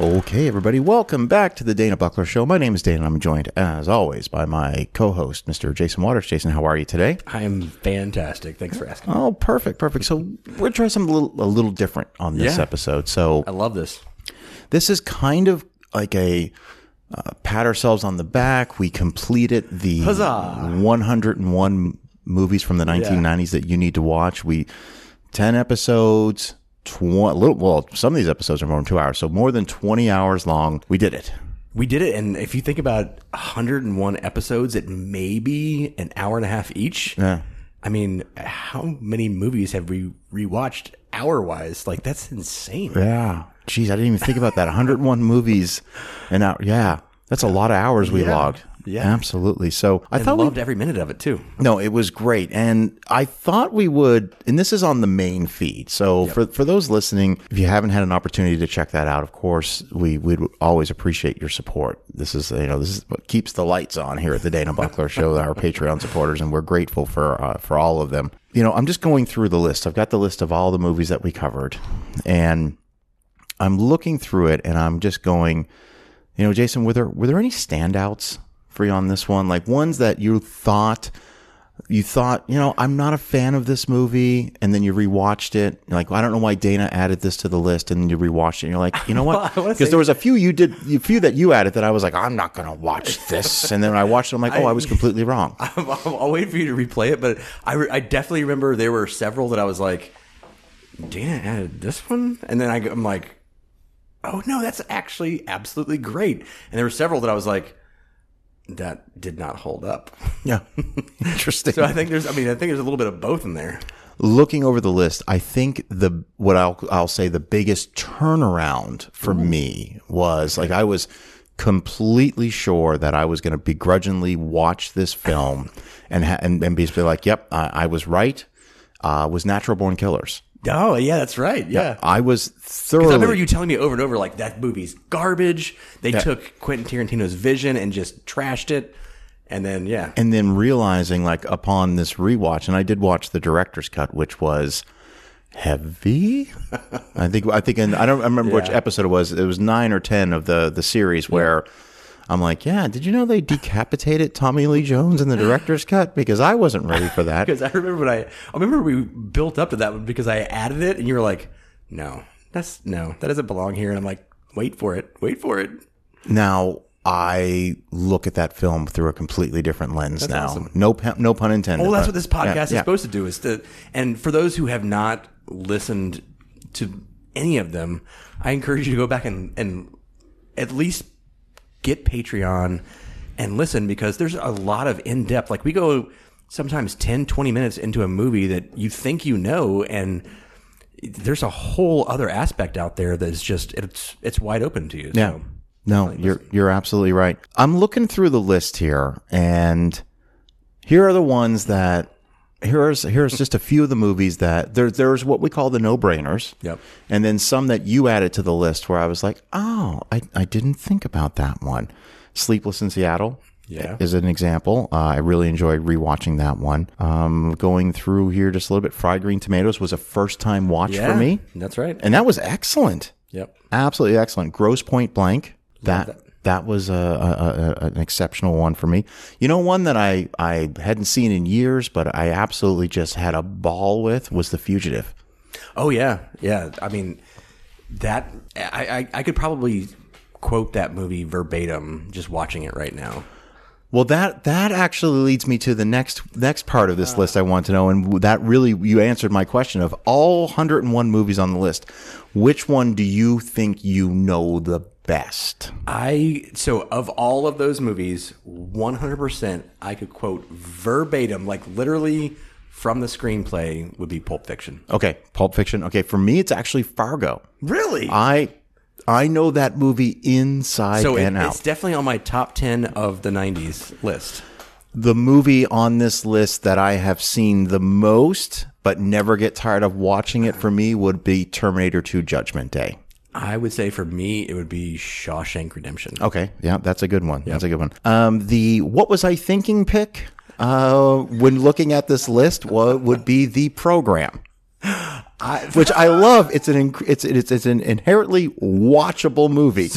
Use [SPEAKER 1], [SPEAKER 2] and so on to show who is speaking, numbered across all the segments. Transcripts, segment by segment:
[SPEAKER 1] Okay, everybody, welcome back to the Dana Buckler Show. My name is Dana, and I'm joined, as always, by my co host, Mr. Jason Waters. Jason, how are you today?
[SPEAKER 2] I am fantastic. Thanks for asking.
[SPEAKER 1] Oh, perfect, perfect. So, we're trying something a little, a little different on this
[SPEAKER 2] Yeah.
[SPEAKER 1] episode. So,
[SPEAKER 2] I love this.
[SPEAKER 1] this is kind of like a uh, pat ourselves on the back. We completed the 101 movies from the 1990s that you need to watch. We 10 episodes, tw- little, well, some of these episodes are more than two hours, so more than 20 hours long. We did it.
[SPEAKER 2] We did it, and if you think about 101 episodes at maybe an hour and a half each,
[SPEAKER 1] Yeah.
[SPEAKER 2] I mean, how many movies have we rewatched hour-wise? Like that's insane.
[SPEAKER 1] Yeah. Jeez, I didn't even think about that. 101 movies an hour. Yeah. That's a lot of hours we logged.
[SPEAKER 2] Yeah.
[SPEAKER 1] Absolutely. So I
[SPEAKER 2] I
[SPEAKER 1] thought we
[SPEAKER 2] loved every minute of it too.
[SPEAKER 1] No, it was great. And I thought we would, and this is on the main feed. So for, for those listening, if you haven't had an opportunity to check that out, of course, we would always appreciate your support. This is, you know, this is what keeps the lights on here at the Dana Buckler Show, our Patreon supporters, and we're grateful for, uh, for all of them. You know, I'm just going through the list. I've got the list of all the movies that we covered and I'm looking through it and I'm just going, you know, Jason, were there were there any standouts for you on this one? Like ones that you thought you thought, you know, I'm not a fan of this movie, and then you rewatched it. You're like, I don't know why Dana added this to the list, and then you rewatched it. and You're like, you know what?
[SPEAKER 2] wanna
[SPEAKER 1] Because
[SPEAKER 2] say-
[SPEAKER 1] there was a few you did, a few that you added that I was like, I'm not gonna watch this, and then when I watched it, I'm like, oh, I was completely wrong.
[SPEAKER 2] I'm, I'm, I'll wait for you to replay it, but I, re- I definitely remember there were several that I was like, Dana added this one? And then I, go- I'm like, oh no, that's actually absolutely great. And there were several that I was like, that did not hold up.
[SPEAKER 1] Yeah, interesting.
[SPEAKER 2] So I think there's, I mean, I think there's a little bit of both in there.
[SPEAKER 1] looking over the list, I think the what I'll I'll say the biggest turnaround for
[SPEAKER 2] Mm-hmm.
[SPEAKER 1] me was like I was completely sure that I was going to begrudgingly watch this film and ha- and and basically like, yep, I, I was right. Uh, was Natural Born Killers.
[SPEAKER 2] Oh, yeah, that's right. Yeah.
[SPEAKER 1] I was
[SPEAKER 2] I
[SPEAKER 1] thoroughly.
[SPEAKER 2] remember you telling me over and over, like, that movie's garbage. They took Quentin Tarantino's vision and just trashed it. And then, yeah.
[SPEAKER 1] and then realizing like upon this rewatch and I did watch the director's cut which was heavy I think I think and I don't I remember which
[SPEAKER 2] Yeah.
[SPEAKER 1] episode it was it was 9 or 10 of the the series where I'm like yeah did you know they decapitated Tommy Lee Jones in the director's cut because I wasn't ready for that
[SPEAKER 2] Because I remember when I, I remember we built up to that one because I added it, and you were like, "No, that's no, that doesn't belong here." And I'm like, "Wait for it, wait for it."
[SPEAKER 1] now I look at that film through a completely different lens now no pu- no pun intended
[SPEAKER 2] Well, Oh, that's
[SPEAKER 1] but-
[SPEAKER 2] what this podcast
[SPEAKER 1] Yeah,
[SPEAKER 2] is
[SPEAKER 1] yeah.
[SPEAKER 2] supposed to do. Is to, and for those who have not listened to any of them, I encourage you to go back and and at least get Patreon and listen because there's a lot of in depth. Like we go sometimes 10, 20 minutes into a movie that you think you know and there's a whole other aspect out there that's just it's it's wide open to you.
[SPEAKER 1] Yeah.
[SPEAKER 2] So.
[SPEAKER 1] No, you're you're absolutely right. I'm looking through the list here, and here are the ones that here's here's just a few of the movies that there there's what we call the no brainers.
[SPEAKER 2] Yep.
[SPEAKER 1] And then some that you added to the list where I was like, oh, I, I didn't think about that one. Sleepless in Seattle.
[SPEAKER 2] Yeah.
[SPEAKER 1] Is an example. Uh, I really enjoyed rewatching that one. Um, going through here just a little bit, Fried Green Tomatoes was a first time watch for
[SPEAKER 2] Yeah,
[SPEAKER 1] me.
[SPEAKER 2] That's right.
[SPEAKER 1] And that was excellent.
[SPEAKER 2] Yep.
[SPEAKER 1] Absolutely excellent. Gross Point Blank. That that, was a, a, a- an exceptional one for me. You know, one that I I hadn't seen in years, but I absolutely just had a ball with was The Fugitive.
[SPEAKER 2] Oh yeah, yeah. I mean, that I I, I could probably quote that movie verbatim just watching it right now.
[SPEAKER 1] Well, that that actually leads me to the next next part of this list I want to know, and that really you answered my question of all 101 movies on the list, which one do you think you know the best?
[SPEAKER 2] I so of all of those movies, one hundred percent, I could quote verbatim, like literally from the screenplay, would be Pulp Fiction.
[SPEAKER 1] Okay, Pulp Fiction. Okay, for me, it's actually Fargo.
[SPEAKER 2] Really?
[SPEAKER 1] I I know that movie inside
[SPEAKER 2] Uh, so it-
[SPEAKER 1] and out.
[SPEAKER 2] it's definitely on my top ten of the '90s list.
[SPEAKER 1] the movie on this list that I have seen the most but never get tired of watching it for me would be Terminator 2 Judgment Day.
[SPEAKER 2] I would say for me, it would be Shawshank Redemption.
[SPEAKER 1] Okay, yeah, that's a good one. That's a good one. Um the what was I thinking pick uh when looking at this list wa- would be the program. which I love. It's an inc- it's it's it's an inherently watchable movie.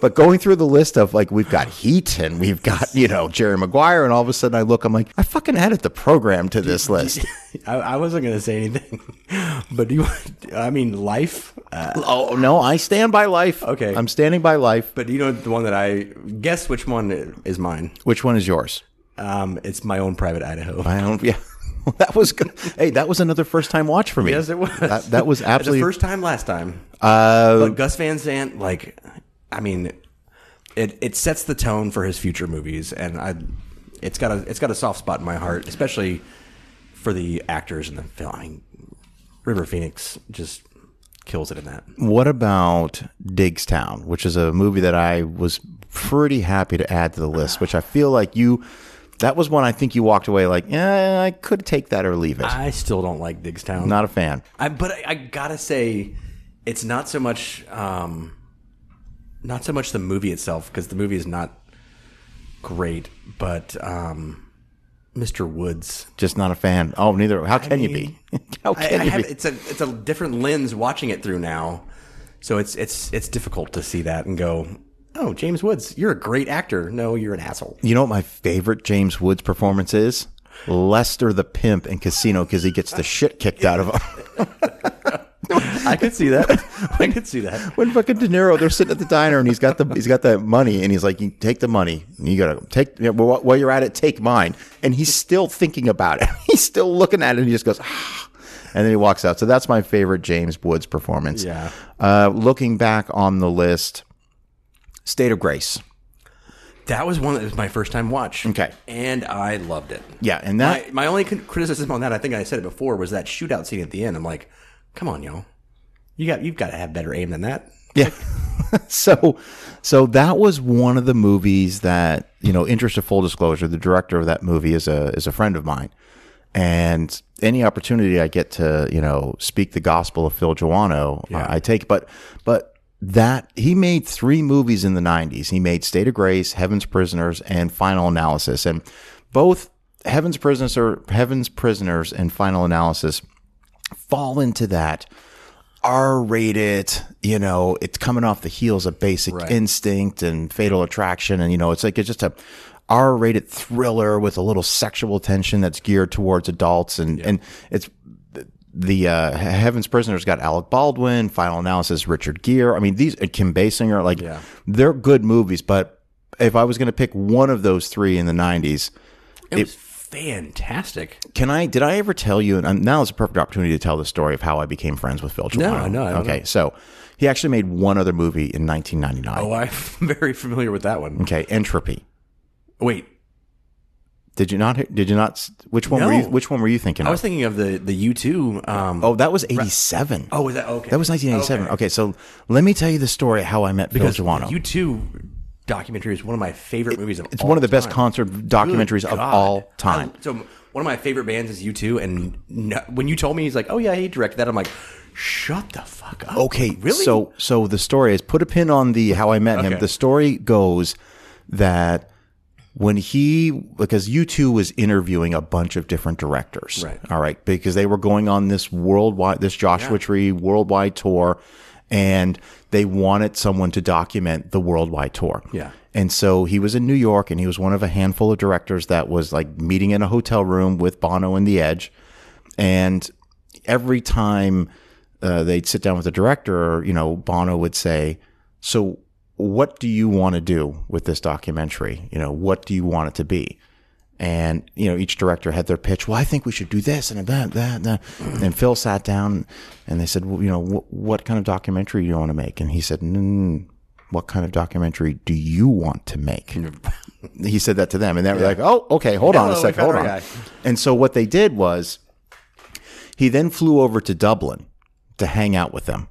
[SPEAKER 1] but going through the list of like we've got Heat and we've got you know Jerry Maguire, and all of a sudden I look, I'm like, I fucking added the program to this list.
[SPEAKER 2] I, I wasn't going to say anything, but do you? want- I mean, life. Uh,
[SPEAKER 1] oh no, I stand by life.
[SPEAKER 2] Okay.
[SPEAKER 1] I'm standing by life.
[SPEAKER 2] but you know the one that I guess which one is mine.
[SPEAKER 1] Which one is yours?
[SPEAKER 2] Um, it's my own private Idaho.
[SPEAKER 1] I don't. Yeah, that was good. Hey, that was another first time watch for me.
[SPEAKER 2] Yes, it was.
[SPEAKER 1] That, that was absolutely
[SPEAKER 2] the first time last time. Uh, but Gus Van Sant, like, I mean, it it sets the tone for his future movies, and I, it's got a it's got a soft spot in my heart, especially for the actors in the film. I mean, River Phoenix just kills it in that.
[SPEAKER 1] What about Digstown, which is a movie that I was pretty happy to add to the list, which I feel like you that was one I think you walked away like, yeah, I could take that or leave it.
[SPEAKER 2] I still don't like Digstown.
[SPEAKER 1] Not a fan.
[SPEAKER 2] I, but I, I gotta say, it's not so much, um, not so much the movie itself because the movie is not great, but um, Mr. Woods.
[SPEAKER 1] Just not a fan. Oh, neither. How can
[SPEAKER 2] mean,
[SPEAKER 1] you be? How
[SPEAKER 2] I,
[SPEAKER 1] can
[SPEAKER 2] I
[SPEAKER 1] you
[SPEAKER 2] have,
[SPEAKER 1] be?
[SPEAKER 2] it's a it's a different lens watching it through now, so it's it's it's difficult to see that and go, oh, James Woods, you're a great actor. No, you're an asshole.
[SPEAKER 1] You know what my favorite James Woods performance is? Lester the pimp in Casino because he gets the shit kicked out of him.
[SPEAKER 2] I could see that. I could see that.
[SPEAKER 1] when fucking De Niro, they're sitting at the diner and he's got the he's got that money and he's like, "You take the money. And you gotta take you know, while while you're at it, take mine." And he's still thinking about it. He's still looking at it. and He just goes, ah, and then he walks out. So that's my favorite James Woods performance.
[SPEAKER 2] Yeah.
[SPEAKER 1] Uh, looking back on the list, State of Grace.
[SPEAKER 2] That was one that was my first time watch.
[SPEAKER 1] Okay.
[SPEAKER 2] and I loved it.
[SPEAKER 1] Yeah, and that
[SPEAKER 2] My, my only con- criticism on that, I think I said it before, was that shootout scene at the end. I'm like, come on, yo, you got you've got to have better aim than that.
[SPEAKER 1] Yeah. so so that was one of the movies that, you know, interest of full disclosure, the director of that movie is a is a friend of mine. And any opportunity I get to, you know, speak the gospel of Phil Giuano, I I take but but that he made three movies in the 90s. He made State of Grace, Heaven's Prisoners, and Final Analysis. And both Heaven's Prisoners or Heaven's Prisoners and Final Analysis fall into that R rated, you know, it's coming off the heels of Basic Instinct and Fatal Attraction. And, you know, it's like it's just a R rated thriller with a little sexual tension that's geared towards adults. And, and it's the uh, Heaven's Prisoners got Alec Baldwin, Final Analysis, Richard Gere. I mean, these and Kim Basinger, like they're good movies. But if I was going to pick one of those three in the 90s,
[SPEAKER 2] It, was fantastic.
[SPEAKER 1] can I? Did I ever tell you? And now is a perfect opportunity to tell the story of how I became friends with Phil Giuliano.
[SPEAKER 2] no, I don't
[SPEAKER 1] okay, so he actually made one other movie in 1999.
[SPEAKER 2] Oh, I'm very familiar with that one.
[SPEAKER 1] Okay, Entropy.
[SPEAKER 2] Wait,
[SPEAKER 1] Did you not? Did you not? Which one were you?
[SPEAKER 2] No.
[SPEAKER 1] Which one were you thinking
[SPEAKER 2] I
[SPEAKER 1] of?
[SPEAKER 2] was thinking of the the U2. Um,
[SPEAKER 1] oh, that was 87.
[SPEAKER 2] oh, was that okay?
[SPEAKER 1] that was 1987. Okay. so let me tell you the story of how I met Phil Giuliano.
[SPEAKER 2] U2 documentary is one of my favorite movies of
[SPEAKER 1] it's
[SPEAKER 2] all
[SPEAKER 1] one of the best
[SPEAKER 2] time.
[SPEAKER 1] concert documentaries of
[SPEAKER 2] God.
[SPEAKER 1] all time.
[SPEAKER 2] I- so one of my favorite bands is U2, and no, when you told me he's like, oh yeah, he directed that, I'm like, shut the fuck up.
[SPEAKER 1] Okay,
[SPEAKER 2] really?
[SPEAKER 1] So, so the story is put a pin on the how I met him.
[SPEAKER 2] Okay.
[SPEAKER 1] The story goes that when he because U two was interviewing a bunch of different directors,
[SPEAKER 2] Right.
[SPEAKER 1] All right, because they were going on this worldwide this Joshua Tree worldwide tour, and they wanted someone to document the worldwide tour.
[SPEAKER 2] Yeah.
[SPEAKER 1] And so he was in New York and he was one of a handful of directors that was like meeting in a hotel room with Bono and The Edge. And every time uh, they'd sit down with the director, you know, Bono would say, So what do you want to do with this documentary? You know, what do you want it to be? And, you know, each director had their pitch. Well, I think we should do this and that, that, that. And Phil sat down and they said, well, you know, wh- what kind of documentary do you want to make? And he said, mm, what kind of documentary do you want to make? he said that to them. And they were like, oh, okay, hold on a
[SPEAKER 2] we
[SPEAKER 1] second, hold
[SPEAKER 2] found our
[SPEAKER 1] on.
[SPEAKER 2] guy.
[SPEAKER 1] And so what they did was he then flew over to Dublin to hang out with them.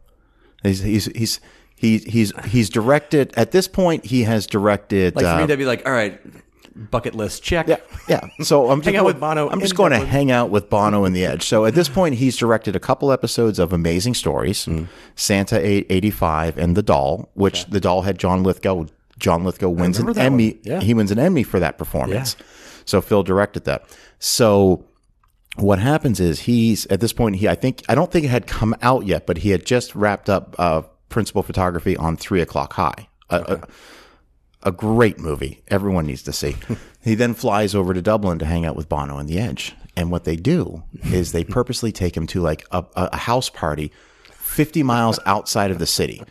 [SPEAKER 1] He's, he's, he's, he, he's, he's directed, at this point, he has directed.
[SPEAKER 2] Like for
[SPEAKER 1] uh,
[SPEAKER 2] me, that'd be like, all right, bucket list check.
[SPEAKER 1] yeah, yeah. So I'm just
[SPEAKER 2] Hang out with Bono
[SPEAKER 1] I'm just
[SPEAKER 2] in
[SPEAKER 1] going to
[SPEAKER 2] Dublin.
[SPEAKER 1] hang out with Bono and the Edge. So at this point, he's directed a couple episodes of Amazing Stories,
[SPEAKER 2] Mm-hmm.
[SPEAKER 1] Santa eight eighty five, and The Doll, which The Doll had John Lithgow. John Lithgow wins an
[SPEAKER 2] remember that
[SPEAKER 1] Emmy.
[SPEAKER 2] one. Yeah.
[SPEAKER 1] He wins an Emmy for that performance. So Phil directed that. So what happens is he's at this point he I think I don't think it had come out yet, but he had just wrapped up uh, principal photography on Three O'clock High. A, a, a great movie, everyone needs to see. he then flies over to Dublin to hang out with Bono and The Edge, and what they do is they purposely take him to like a, a house party. 50 miles outside of the city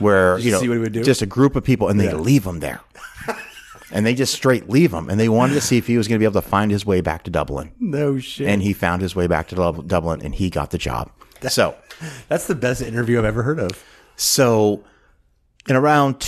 [SPEAKER 1] where you know
[SPEAKER 2] see what he would do?
[SPEAKER 1] just a group of people and they leave him there and they just straight leave him and they wanted to see if he was going to be able to find his way back to dublin
[SPEAKER 2] No shit.
[SPEAKER 1] and he found his way back to Dub- Dublin and he got the job. So,
[SPEAKER 2] That's the best interview I've ever heard of.
[SPEAKER 1] so in around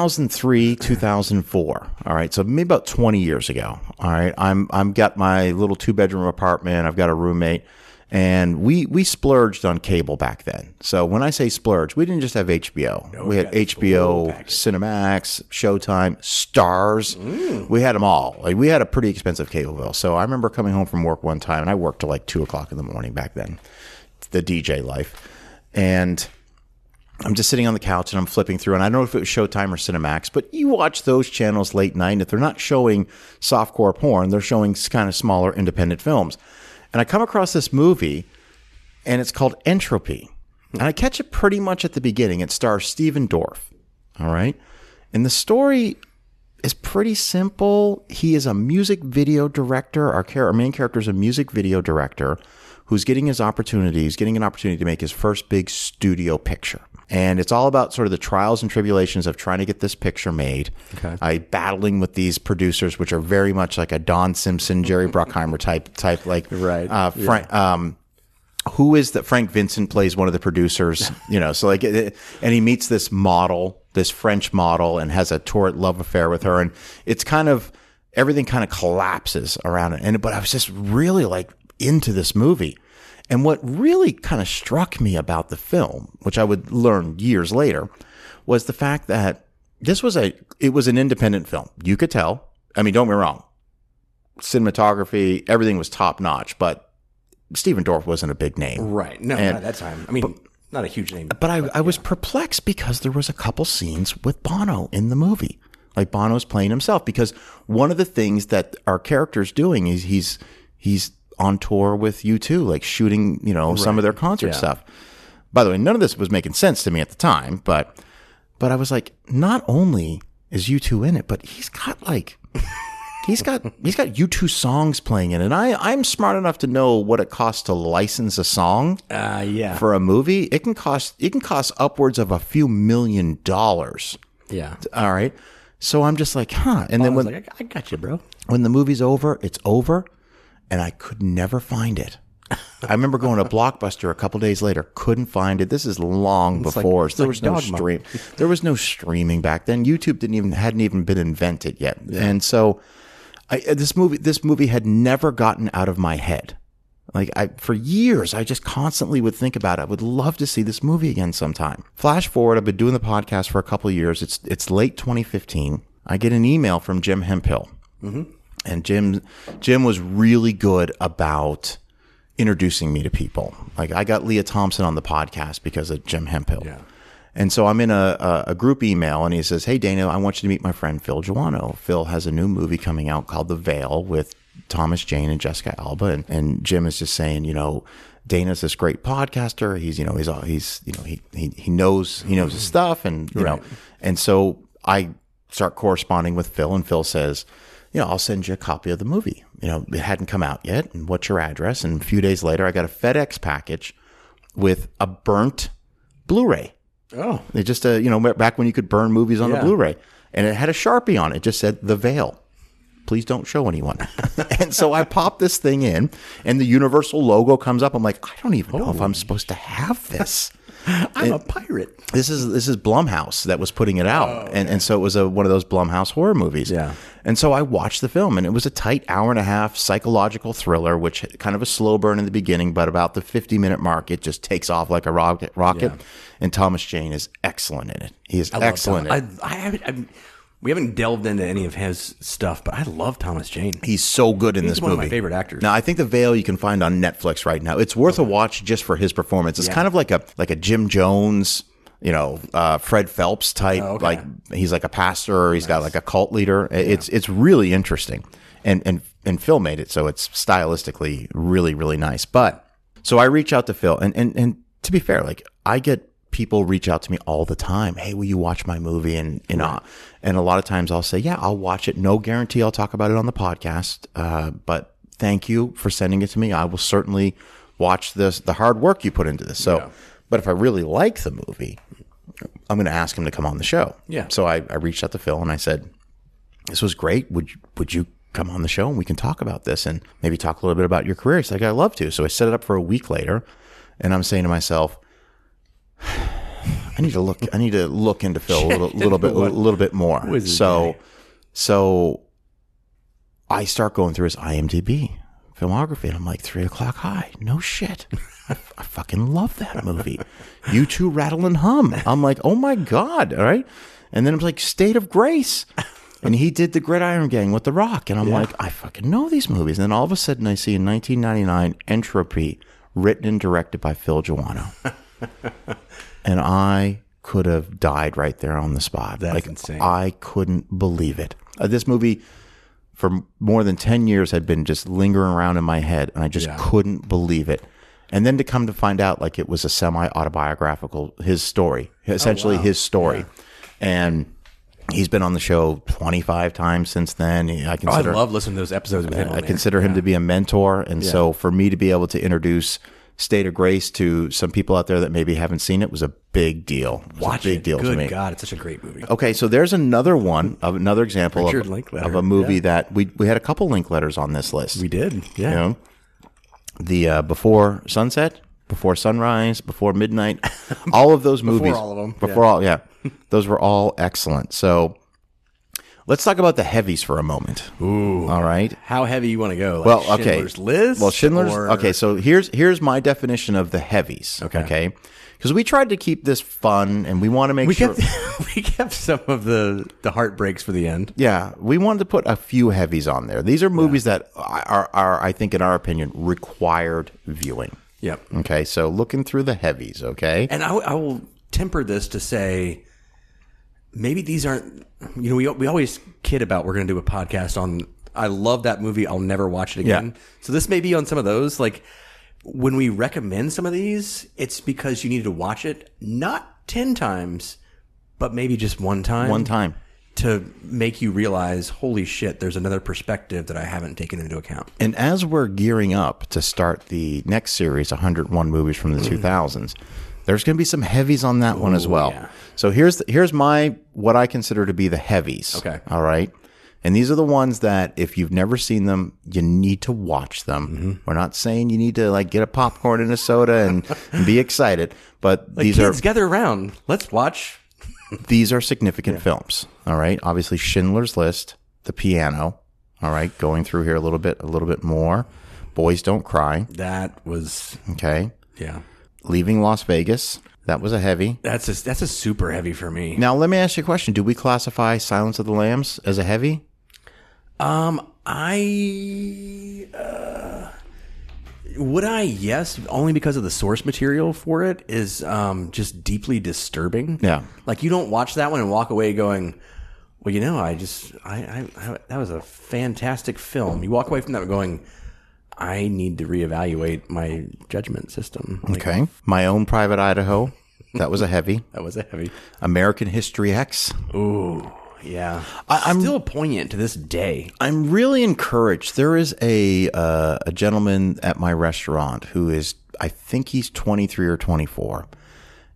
[SPEAKER 1] 2003, 2004, all right, so maybe about 20 years ago, all right, I'm I'm got my little two bedroom apartment, I've got a roommate and we we splurged on cable back then. So when I say splurge, we didn't just have HBO. we had HBO, Cinemax, Showtime, Stars. We had them all. Like we had a pretty expensive cable bill. So I remember coming home from work one time, and I worked till like two o'clock in the morning back then. It's the DJ life, and. I'm just sitting on the couch and I'm flipping through, and I don't know if it was Showtime or Cinemax, but you watch those channels late night, and if they're not showing softcore porn, they're showing kind of smaller independent films. And I come across this movie, and it's called Entropy. And I catch it pretty much at the beginning. It stars Steven Dorff. All right. And the story is pretty simple. He is a music video director. Our, char- our main character is a music video director who's getting his opportunities, getting an opportunity to make his first big studio picture. And it's all about sort of the trials and tribulations of trying to get this picture made. Okay. Uh, battling with these producers, which are very much like a Don Simpson, Jerry Bruckheimer type, type like
[SPEAKER 2] Right.
[SPEAKER 1] uh, Frank, um, who is that Frank Vincent plays one of the producers, you know, so like, it- it- and he meets this model, this French model, and has a torrid love affair with her. And it's kind of everything kind of collapses around it. And, but I was just really like into this movie. And what really kind of struck me about the film, which I would learn years later, was the fact that this was a, it was an independent film. You could tell. I mean, don't get me wrong. Cinematography, everything was top notch, but Steven Dorff wasn't a big name.
[SPEAKER 2] Right. No, not at that time. I mean, not a huge name.
[SPEAKER 1] But I, I was perplexed because there was a couple scenes with Bono in the movie. Like Bono's playing himself because one of the things that our character's doing is he's he's on tour with U2, like shooting, you know, some of their concert stuff. By the way, none of this was making sense to me at the time, but but I was like, not only is U2 in it, but he's got like He's got he's got U two songs playing in, it. and I I'm smart enough to know what it costs to license a song
[SPEAKER 2] uh, yeah.
[SPEAKER 1] for a movie, it can cost it can cost upwards of a few million dollars.
[SPEAKER 2] yeah.
[SPEAKER 1] All right. So I'm just like, huh. And then when
[SPEAKER 2] I, I got you, bro.
[SPEAKER 1] when the movie's over, it's over, and I could never find it. I remember going to Blockbuster a couple days later, couldn't find it. This is long before so there was no
[SPEAKER 2] dogma.
[SPEAKER 1] stream. There was no streaming back then. YouTube didn't even hadn't even been invented yet, and so I, uh, this movie this movie had never gotten out of my head. Like I for years, I just constantly would think about it. I would love to see this movie again sometime. Flash forward, I've been doing the podcast for a couple of years. It's it's late 2015. I get an email from Jim Hempill, and Jim Jim was really good about introducing me to people. Like I got Leah Thompson on the podcast because of Jim Hempill. And so I'm in a, a, a group email, and he says, "Hey Dana, I want you to meet my friend Phil Giuano. Phil has a new movie coming out called The Veil with Thomas Jane and Jessica Alba." And, and Jim is just saying, you know, Dana's this great podcaster. He's you know he's all he's you know he he, he knows he knows his stuff, and you know, and so I start corresponding with Phil, and Phil says, you know, I'll send you a copy of the movie. You know, it hadn't come out yet. And what's your address? And a few days later, I got a FedEx package with a burnt Blu-ray.
[SPEAKER 2] Oh.
[SPEAKER 1] It just, uh, you know, back when you could burn movies on a
[SPEAKER 2] Yeah.
[SPEAKER 1] Blu-ray, and it had a sharpie on it. It just said "The Veil." Please don't show anyone. and so I pop this thing in, and the Universal logo comes up. I'm like, I don't even know if I'm supposed to have this.
[SPEAKER 2] I'm a pirate.
[SPEAKER 1] this is this is Blumhouse that was putting it out, and and so it was a one of those Blumhouse horror movies.
[SPEAKER 2] Oh, Yeah.
[SPEAKER 1] and so I watched the film, and it was a tight hour and a half psychological thriller, which kind of a slow burn in the beginning, but about the fifty minute mark, it just takes off like a rocket. Rocket, and Thomas Jane is excellent in it. He is excellent. in it.
[SPEAKER 2] I, I haven't. I'm, we haven't delved into any of his stuff, but I love Thomas Jane.
[SPEAKER 1] He's so good in this
[SPEAKER 2] one of
[SPEAKER 1] movie.
[SPEAKER 2] my favorite actors.
[SPEAKER 1] Now I think the Veil you can find on Netflix right now. It's worth a watch just for his performance. It's kind of like a like a Jim Jones, you know, uh, Fred Phelps type.
[SPEAKER 2] Oh, okay.
[SPEAKER 1] Like he's like a pastor. Or he's got like a cult leader. It's it's really interesting. and and and Phil made it so it's stylistically really really nice. But so I reach out to Phil, and and and to be fair, like I get people reach out to me all the time. Hey, will you watch my movie? And you know, and a lot of times I'll say, yeah, I'll watch it. No guarantee I'll talk about it on the podcast, uh, but thank you for sending it to me. I will certainly watch this. The hard work you put into this. So, but if I really like the movie, I'm going to ask him to come on the show.
[SPEAKER 2] Yeah.
[SPEAKER 1] So I, I reached out to Phil and I said, this was great. Would you, would you come on the show and we can talk about this and maybe talk a little bit about your career? He's like, I love to. So I set it up for a week later, and I'm saying to myself, I need to look. I need to look into Phil a little, little bit, a little bit more.
[SPEAKER 2] his
[SPEAKER 1] So, so I start going through his IMDb filmography, and I'm like, three o'clock high. No shit. I, I fucking love that movie. You two rattle and hum. I'm like, oh my god, all right. And then I'm like, State of Grace. And he did the Gridiron Gang with The Rock, and I'm like, I fucking know these movies. And then all of a sudden, I see in 1999 Entropy, written and directed by Phil Giuliano, and I could have died right there on the spot. That's like,
[SPEAKER 2] insane.
[SPEAKER 1] I couldn't believe it. Uh, this movie for m- more than 10 years had been just lingering around in my head and I just couldn't believe it. And then to come to find out like it was a semi autobiographical his story,
[SPEAKER 2] Oh,
[SPEAKER 1] essentially his story. And he's been on the show 25 times since then. He- I
[SPEAKER 2] Oh, I
[SPEAKER 1] consider
[SPEAKER 2] love listening to those episodes with him.
[SPEAKER 1] I
[SPEAKER 2] on there.
[SPEAKER 1] consider him to be a mentor and so for me to be able to introduce State of Grace to some people out there that maybe haven't seen it was a big deal. It was
[SPEAKER 2] Watch
[SPEAKER 1] a big
[SPEAKER 2] it.
[SPEAKER 1] deal
[SPEAKER 2] Good
[SPEAKER 1] to me.
[SPEAKER 2] God, it's such a great movie.
[SPEAKER 1] Okay, so there's another one of another example
[SPEAKER 2] Richard
[SPEAKER 1] of,
[SPEAKER 2] Linklater,
[SPEAKER 1] of a movie that we we had a couple link letters on this list.
[SPEAKER 2] We did.
[SPEAKER 1] you know, the uh, before sunset, before sunrise, before midnight, all of those movies,
[SPEAKER 2] all of 'em,
[SPEAKER 1] before all, yeah, those were all excellent. So let's talk about the heavies for a moment. Ooh, all right.
[SPEAKER 2] How heavy you want to go? Like
[SPEAKER 1] Well, okay.
[SPEAKER 2] Schindler's List.
[SPEAKER 1] Well, Schindler's.
[SPEAKER 2] or-
[SPEAKER 1] Okay, so here's here's my definition of the heavies.
[SPEAKER 2] Okay.
[SPEAKER 1] okay, because we tried to keep this fun, and we want to make
[SPEAKER 2] We
[SPEAKER 1] sure.
[SPEAKER 2] kept we kept some of the the heartbreaks for the end.
[SPEAKER 1] Yeah, we wanted to put a few heavies on there. These are movies that are, are, I think, in our opinion, required viewing.
[SPEAKER 2] Yep.
[SPEAKER 1] Okay, so looking through the heavies. Okay,
[SPEAKER 2] And I, w- I will temper this to say maybe these aren't, you know, we, we always kid about we're going to do a podcast on, I love that movie, I'll never watch it again.
[SPEAKER 1] Yeah.
[SPEAKER 2] So this may be on some of those. Like when we recommend some of these, it's because you needed to watch it not 10 times, but maybe just one time.
[SPEAKER 1] one time.
[SPEAKER 2] To make you realize, holy shit, there's another perspective that I haven't taken into account.
[SPEAKER 1] And as we're gearing up to start the next series, 101 movies from
[SPEAKER 2] Hmm.
[SPEAKER 1] the 2000s, there's going to be some heavies on that one as well.
[SPEAKER 2] yeah.
[SPEAKER 1] So here's the, here's my what I consider to be the heavies.
[SPEAKER 2] Okay.
[SPEAKER 1] All right. And these are the ones that if you've never seen them, you need to watch them.
[SPEAKER 2] Mm-hmm.
[SPEAKER 1] We're not saying you need to like get a popcorn and a soda and, and be excited, but these are
[SPEAKER 2] Kids, gather around. Let's watch.
[SPEAKER 1] these are significant films. All right. Obviously, Schindler's List, The Piano. All right. Going through here a little bit, a little bit more. Boys Don't Cry.
[SPEAKER 2] That was,
[SPEAKER 1] Okay.
[SPEAKER 2] yeah.
[SPEAKER 1] Leaving Las Vegas. That was a heavy.
[SPEAKER 2] That's a, that's a super heavy for me.
[SPEAKER 1] Now, let me ask you a question. Do we classify Silence of the Lambs as a heavy?
[SPEAKER 2] Um, I uh, would I yes, only because of the source material for it is um just deeply disturbing.
[SPEAKER 1] Yeah.
[SPEAKER 2] like you don't watch that one and walk away going, well, you know, I just I, I, I that was a fantastic film. You walk away from that going, I need to reevaluate my judgment system. Like,
[SPEAKER 1] Okay. My Own Private Idaho. That was a heavy.
[SPEAKER 2] that was a heavy.
[SPEAKER 1] American History X.
[SPEAKER 2] Ooh, yeah.
[SPEAKER 1] I- I'm-
[SPEAKER 2] still poignant to this day.
[SPEAKER 1] I'm really encouraged. There is a uh, a gentleman at my restaurant who is, I think he's 23 or 24,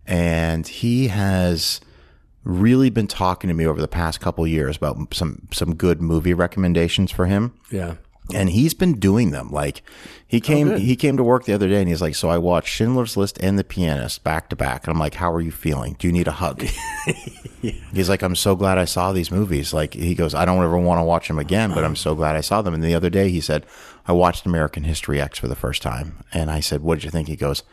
[SPEAKER 1] and he has really been talking to me over the past couple years about some some good movie recommendations for him
[SPEAKER 2] Yeah.
[SPEAKER 1] and he's been doing them. Like
[SPEAKER 2] Oh,
[SPEAKER 1] he came he came to work the other day and he's like, "So I watched Schindler's List and The Pianist back to back." And I'm like, "How are you feeling? Do you need a hug?" He's like, "I'm so glad I saw these movies." Like he goes, "I don't ever want to watch them again, but I'm so glad I saw them." And the other day he said, "I watched American History X for the first time." And I said, "What did you think?" He goes,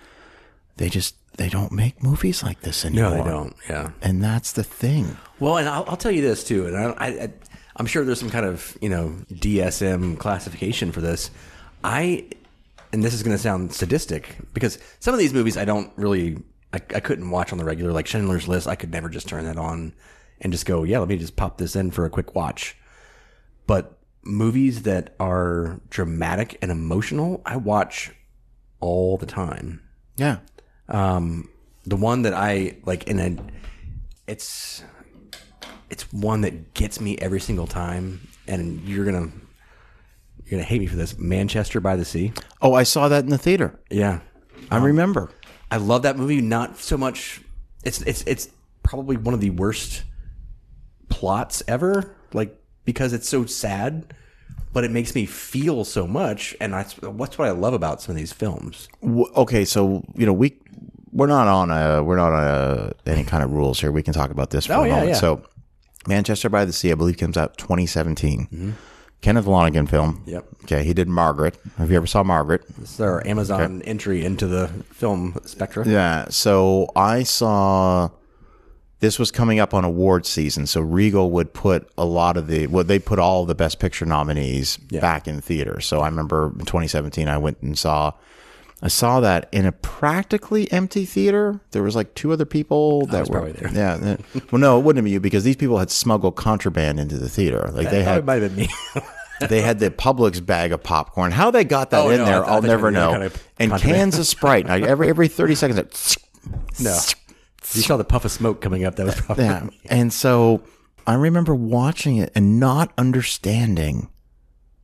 [SPEAKER 1] "They just they don't make movies like this anymore."
[SPEAKER 2] No, they don't. Yeah.
[SPEAKER 1] And that's the thing.
[SPEAKER 2] Well, and I'll, I'll tell you this too, and I, I, I, I'm sure there's some kind of you know DSM classification for this. I, and this is going to sound sadistic because some of these movies I don't really, I, I couldn't watch on the regular, like Schindler's List. I could never just turn that on and just go, yeah, let me just pop this in for a quick watch. But movies that are dramatic and emotional, I watch all the time.
[SPEAKER 1] Yeah.
[SPEAKER 2] Um, the one that I like, and I, it's it's one that gets me every single time. And you're gonna you're gonna hate me for this. Manchester by the Sea.
[SPEAKER 1] Oh, I saw that in the theater.
[SPEAKER 2] Yeah,
[SPEAKER 1] I remember.
[SPEAKER 2] I love that movie. Not so much. It's it's it's probably one of the worst plots ever. Like because it's so sad, but it makes me feel so much, and that's what's what I love about some of these films.
[SPEAKER 1] W- okay, so you know we we're not on a we're not on a, any kind of rules here. We can talk about this for
[SPEAKER 2] Oh,
[SPEAKER 1] a
[SPEAKER 2] yeah,
[SPEAKER 1] moment.
[SPEAKER 2] yeah.
[SPEAKER 1] So, Manchester by the Sea, I believe, comes out 2017. Kenneth Lonergan film.
[SPEAKER 2] Mm-hmm. Yep.
[SPEAKER 1] Okay, he did Margaret. Have you ever saw Margaret?
[SPEAKER 2] It's our Amazon entry into the film spectrum.
[SPEAKER 1] Yeah. So I saw this was coming up on award season, so Regal would put a lot of the well, they put all the Best Picture nominees back in theater. So I remember in 2017, I went and saw. I saw that in a practically empty theater. There was like two other people that were
[SPEAKER 2] probably there.
[SPEAKER 1] Yeah. that- Well, no, it wouldn't have been you because these people had smuggled contraband into the theater. Like they
[SPEAKER 2] Oh,
[SPEAKER 1] had
[SPEAKER 2] it might have been me.
[SPEAKER 1] they had the Publix bag of popcorn. How they got that
[SPEAKER 2] Oh,
[SPEAKER 1] in
[SPEAKER 2] no, I
[SPEAKER 1] there,
[SPEAKER 2] thought
[SPEAKER 1] I'll
[SPEAKER 2] they
[SPEAKER 1] never
[SPEAKER 2] were that
[SPEAKER 1] know.
[SPEAKER 2] kind of
[SPEAKER 1] and cans of Sprite. Now, every every thirty seconds, it-
[SPEAKER 2] no. You saw the puff of smoke coming up. That was probably
[SPEAKER 1] yeah. And so I remember watching it and not understanding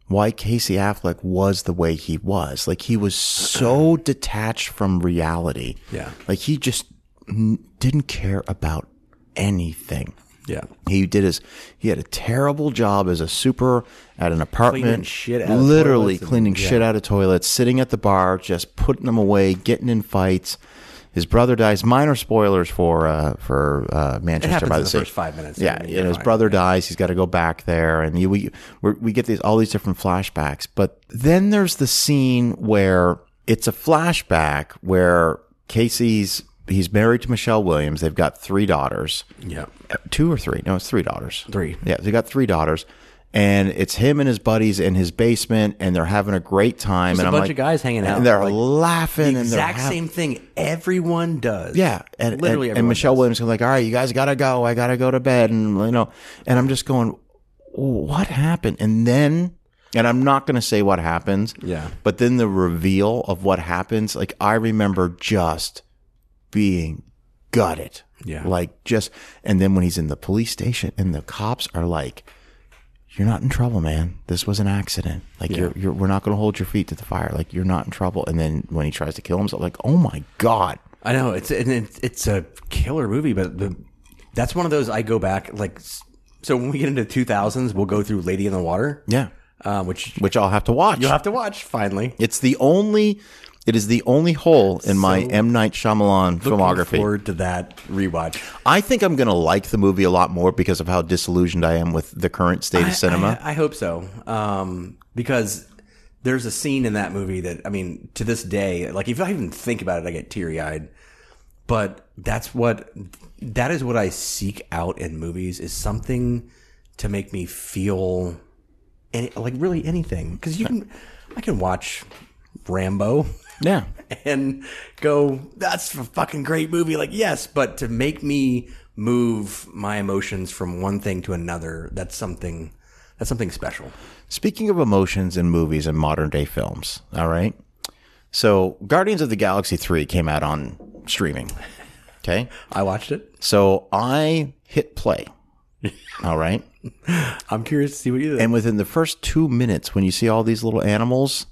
[SPEAKER 1] why Casey Affleck was the way he was. Like he was so detached from reality.
[SPEAKER 2] Yeah.
[SPEAKER 1] Like he just n- didn't care about anything.
[SPEAKER 2] yeah.
[SPEAKER 1] He did his. He had a terrible job as a super at an apartment,
[SPEAKER 2] shit out of
[SPEAKER 1] literally
[SPEAKER 2] toilets and-
[SPEAKER 1] cleaning shit out of toilets, sitting at the bar, just putting them away, getting in fights. His brother dies. Minor spoilers for uh, for uh,
[SPEAKER 2] It
[SPEAKER 1] Manchester
[SPEAKER 2] happens
[SPEAKER 1] by
[SPEAKER 2] in
[SPEAKER 1] the,
[SPEAKER 2] the
[SPEAKER 1] Sea.
[SPEAKER 2] first five minutes.
[SPEAKER 1] Yeah,
[SPEAKER 2] I mean,
[SPEAKER 1] you
[SPEAKER 2] you're
[SPEAKER 1] know, his
[SPEAKER 2] fine.
[SPEAKER 1] brother dies. He's got to go back there, and you, we we're, we get these all these different flashbacks. But then there's the scene where it's a flashback where Casey's he's married to Michelle Williams. They've got three daughters
[SPEAKER 2] Yeah.
[SPEAKER 1] two or three. No, it's three daughters.
[SPEAKER 2] Three.
[SPEAKER 1] Yeah, they got three daughters, and it's him and his buddies in his basement, and they're having a great time. and
[SPEAKER 2] a
[SPEAKER 1] I'm
[SPEAKER 2] bunch
[SPEAKER 1] like-
[SPEAKER 2] of guys hanging out,
[SPEAKER 1] and they're
[SPEAKER 2] like,
[SPEAKER 1] laughing. and they're
[SPEAKER 2] Exact
[SPEAKER 1] hav-
[SPEAKER 2] same thing everyone does.
[SPEAKER 1] Yeah, and
[SPEAKER 2] Literally
[SPEAKER 1] and, and
[SPEAKER 2] everyone
[SPEAKER 1] Michelle Williams was like, "All right, you guys gotta go. I gotta go to bed." And you know, and I'm just going, "What happened?" And then, and I'm not gonna say what happens.
[SPEAKER 2] Yeah.
[SPEAKER 1] But then the reveal of what happens, like I remember just being gutted.
[SPEAKER 2] Yeah.
[SPEAKER 1] Like just, and then when he's in the police station and the cops are like, "You're not in trouble, man. This was an accident. Like you're, you're, we're not going to hold your feet to the fire. Like you're not in trouble." And then when he tries to kill himself, like, "Oh my god."
[SPEAKER 2] I know it's and it's, it's a killer movie, but the, that's one of those I go back like. s- So when we get into two thousands, we'll go through Lady in the Water.
[SPEAKER 1] Yeah.
[SPEAKER 2] um, which
[SPEAKER 1] Which I'll have to watch.
[SPEAKER 2] you'll have to watch finally.
[SPEAKER 1] it's the only. It is the only hole in my M Night Shyamalan
[SPEAKER 2] Looking
[SPEAKER 1] filmography.
[SPEAKER 2] forward to that rewatch.
[SPEAKER 1] I think I'm going to like the movie a lot more because of how disillusioned I am with the current state of cinema.
[SPEAKER 2] I, uh, I hope so, um, because there's a scene in that movie that I mean, to this day, like if I even think about it, I get teary eyed. But that's what that is what I seek out in movies is something to make me feel any, like really anything because you can I can watch Rambo
[SPEAKER 1] yeah.
[SPEAKER 2] and go, that's a fucking great movie. Like, yes, but to make me move my emotions from one thing to another, that's something that's something special.
[SPEAKER 1] Speaking of emotions in movies and modern day films, all right. So, Guardians of the Galaxy 3 came out on streaming. Okay.
[SPEAKER 2] I watched it.
[SPEAKER 1] So, I hit play. All right.
[SPEAKER 2] I'm curious to see what you think.
[SPEAKER 1] And within the first two minutes, when you see all these little animals,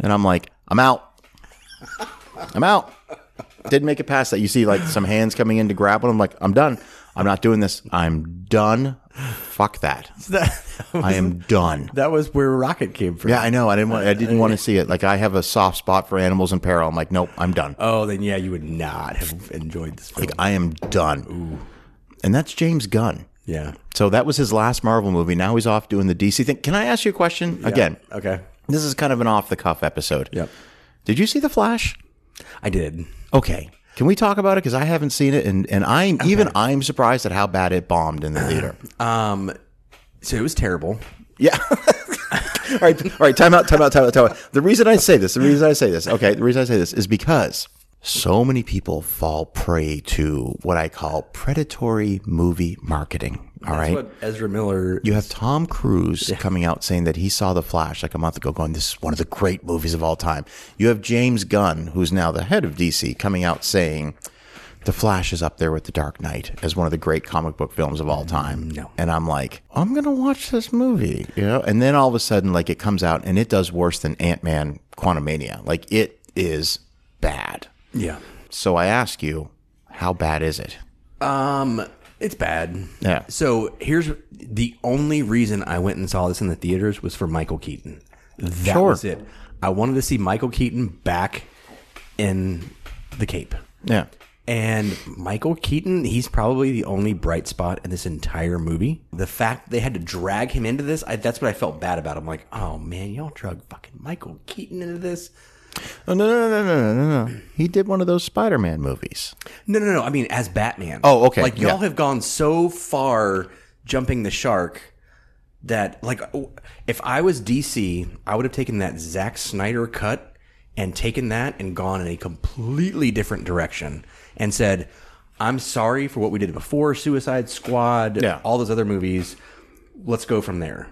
[SPEAKER 1] and I'm like, I'm out. I'm out. Didn't make it past that. You see like some hands coming in to grab one. I'm like, I'm done. I'm not doing this. I'm done. Fuck that.
[SPEAKER 2] That,
[SPEAKER 1] I am done.
[SPEAKER 2] that was where Rocket came from.
[SPEAKER 1] Yeah, I know. I didn't want. I didn't want to see it. Like I have a soft spot for animals in peril. I'm like, nope. I'm done.
[SPEAKER 2] Oh, then yeah, you would not have enjoyed this film.
[SPEAKER 1] Like I am done. And that's James Gunn.
[SPEAKER 2] yeah.
[SPEAKER 1] So that was his last Marvel movie. Now he's off doing the DC thing. Can I ask you a question again?
[SPEAKER 2] Okay.
[SPEAKER 1] This is kind of an off the cuff episode.
[SPEAKER 2] Yep.
[SPEAKER 1] Did you see The Flash?
[SPEAKER 2] I did.
[SPEAKER 1] Okay. Can we talk about it? Because I haven't seen it, and and I'm even I'm surprised at how bad it bombed in the theater.
[SPEAKER 2] Um, so it was terrible.
[SPEAKER 1] Yeah. all right. All right. Time out. Time out. Time out. Time out. The reason I say this, the reason I say this, okay, the reason I say this is because so many people fall prey to what I call predatory movie marketing. All right.
[SPEAKER 2] That's what Ezra Miller.
[SPEAKER 1] You have Tom Cruise coming out saying that he saw The Flash like a month ago, going, This is one of the great movies of all time. You have James Gunn, who's now the head of DC, coming out saying, The Flash is up there with The Dark Knight as one of the great comic book films of all time.
[SPEAKER 2] No.
[SPEAKER 1] And I'm like, I'm going to watch this movie, you know? And then all of a sudden, like, it comes out and it does worse than Ant Man Quantumania. Like, it is bad.
[SPEAKER 2] Yeah.
[SPEAKER 1] So I ask you, how bad is it?
[SPEAKER 2] Um, it's bad.
[SPEAKER 1] Yeah.
[SPEAKER 2] So here's the only reason I went and saw this in the theaters was for Michael Keaton. That
[SPEAKER 1] Sure.
[SPEAKER 2] was it. I wanted to see Michael Keaton back in the Cape.
[SPEAKER 1] Yeah.
[SPEAKER 2] And Michael Keaton, he's probably the only bright spot in this entire movie. The fact they had to drag him into this, I, that's what I felt bad about. I'm like, oh man, y'all drug fucking Michael Keaton into this.
[SPEAKER 1] Oh, no, no, no, no, no, no. He did one of those Spider Man movies.
[SPEAKER 2] No, no, no. I mean, as Batman.
[SPEAKER 1] Oh, okay,
[SPEAKER 2] Like y'all
[SPEAKER 1] yeah.
[SPEAKER 2] have gone so far jumping the shark that, like, oh, if I was DC, I would have taken that Zack Snyder cut and taken that and gone in a completely different direction and said, "I'm sorry for what we did before Suicide Squad,
[SPEAKER 1] Yeah.
[SPEAKER 2] all those other movies. Let's go from there."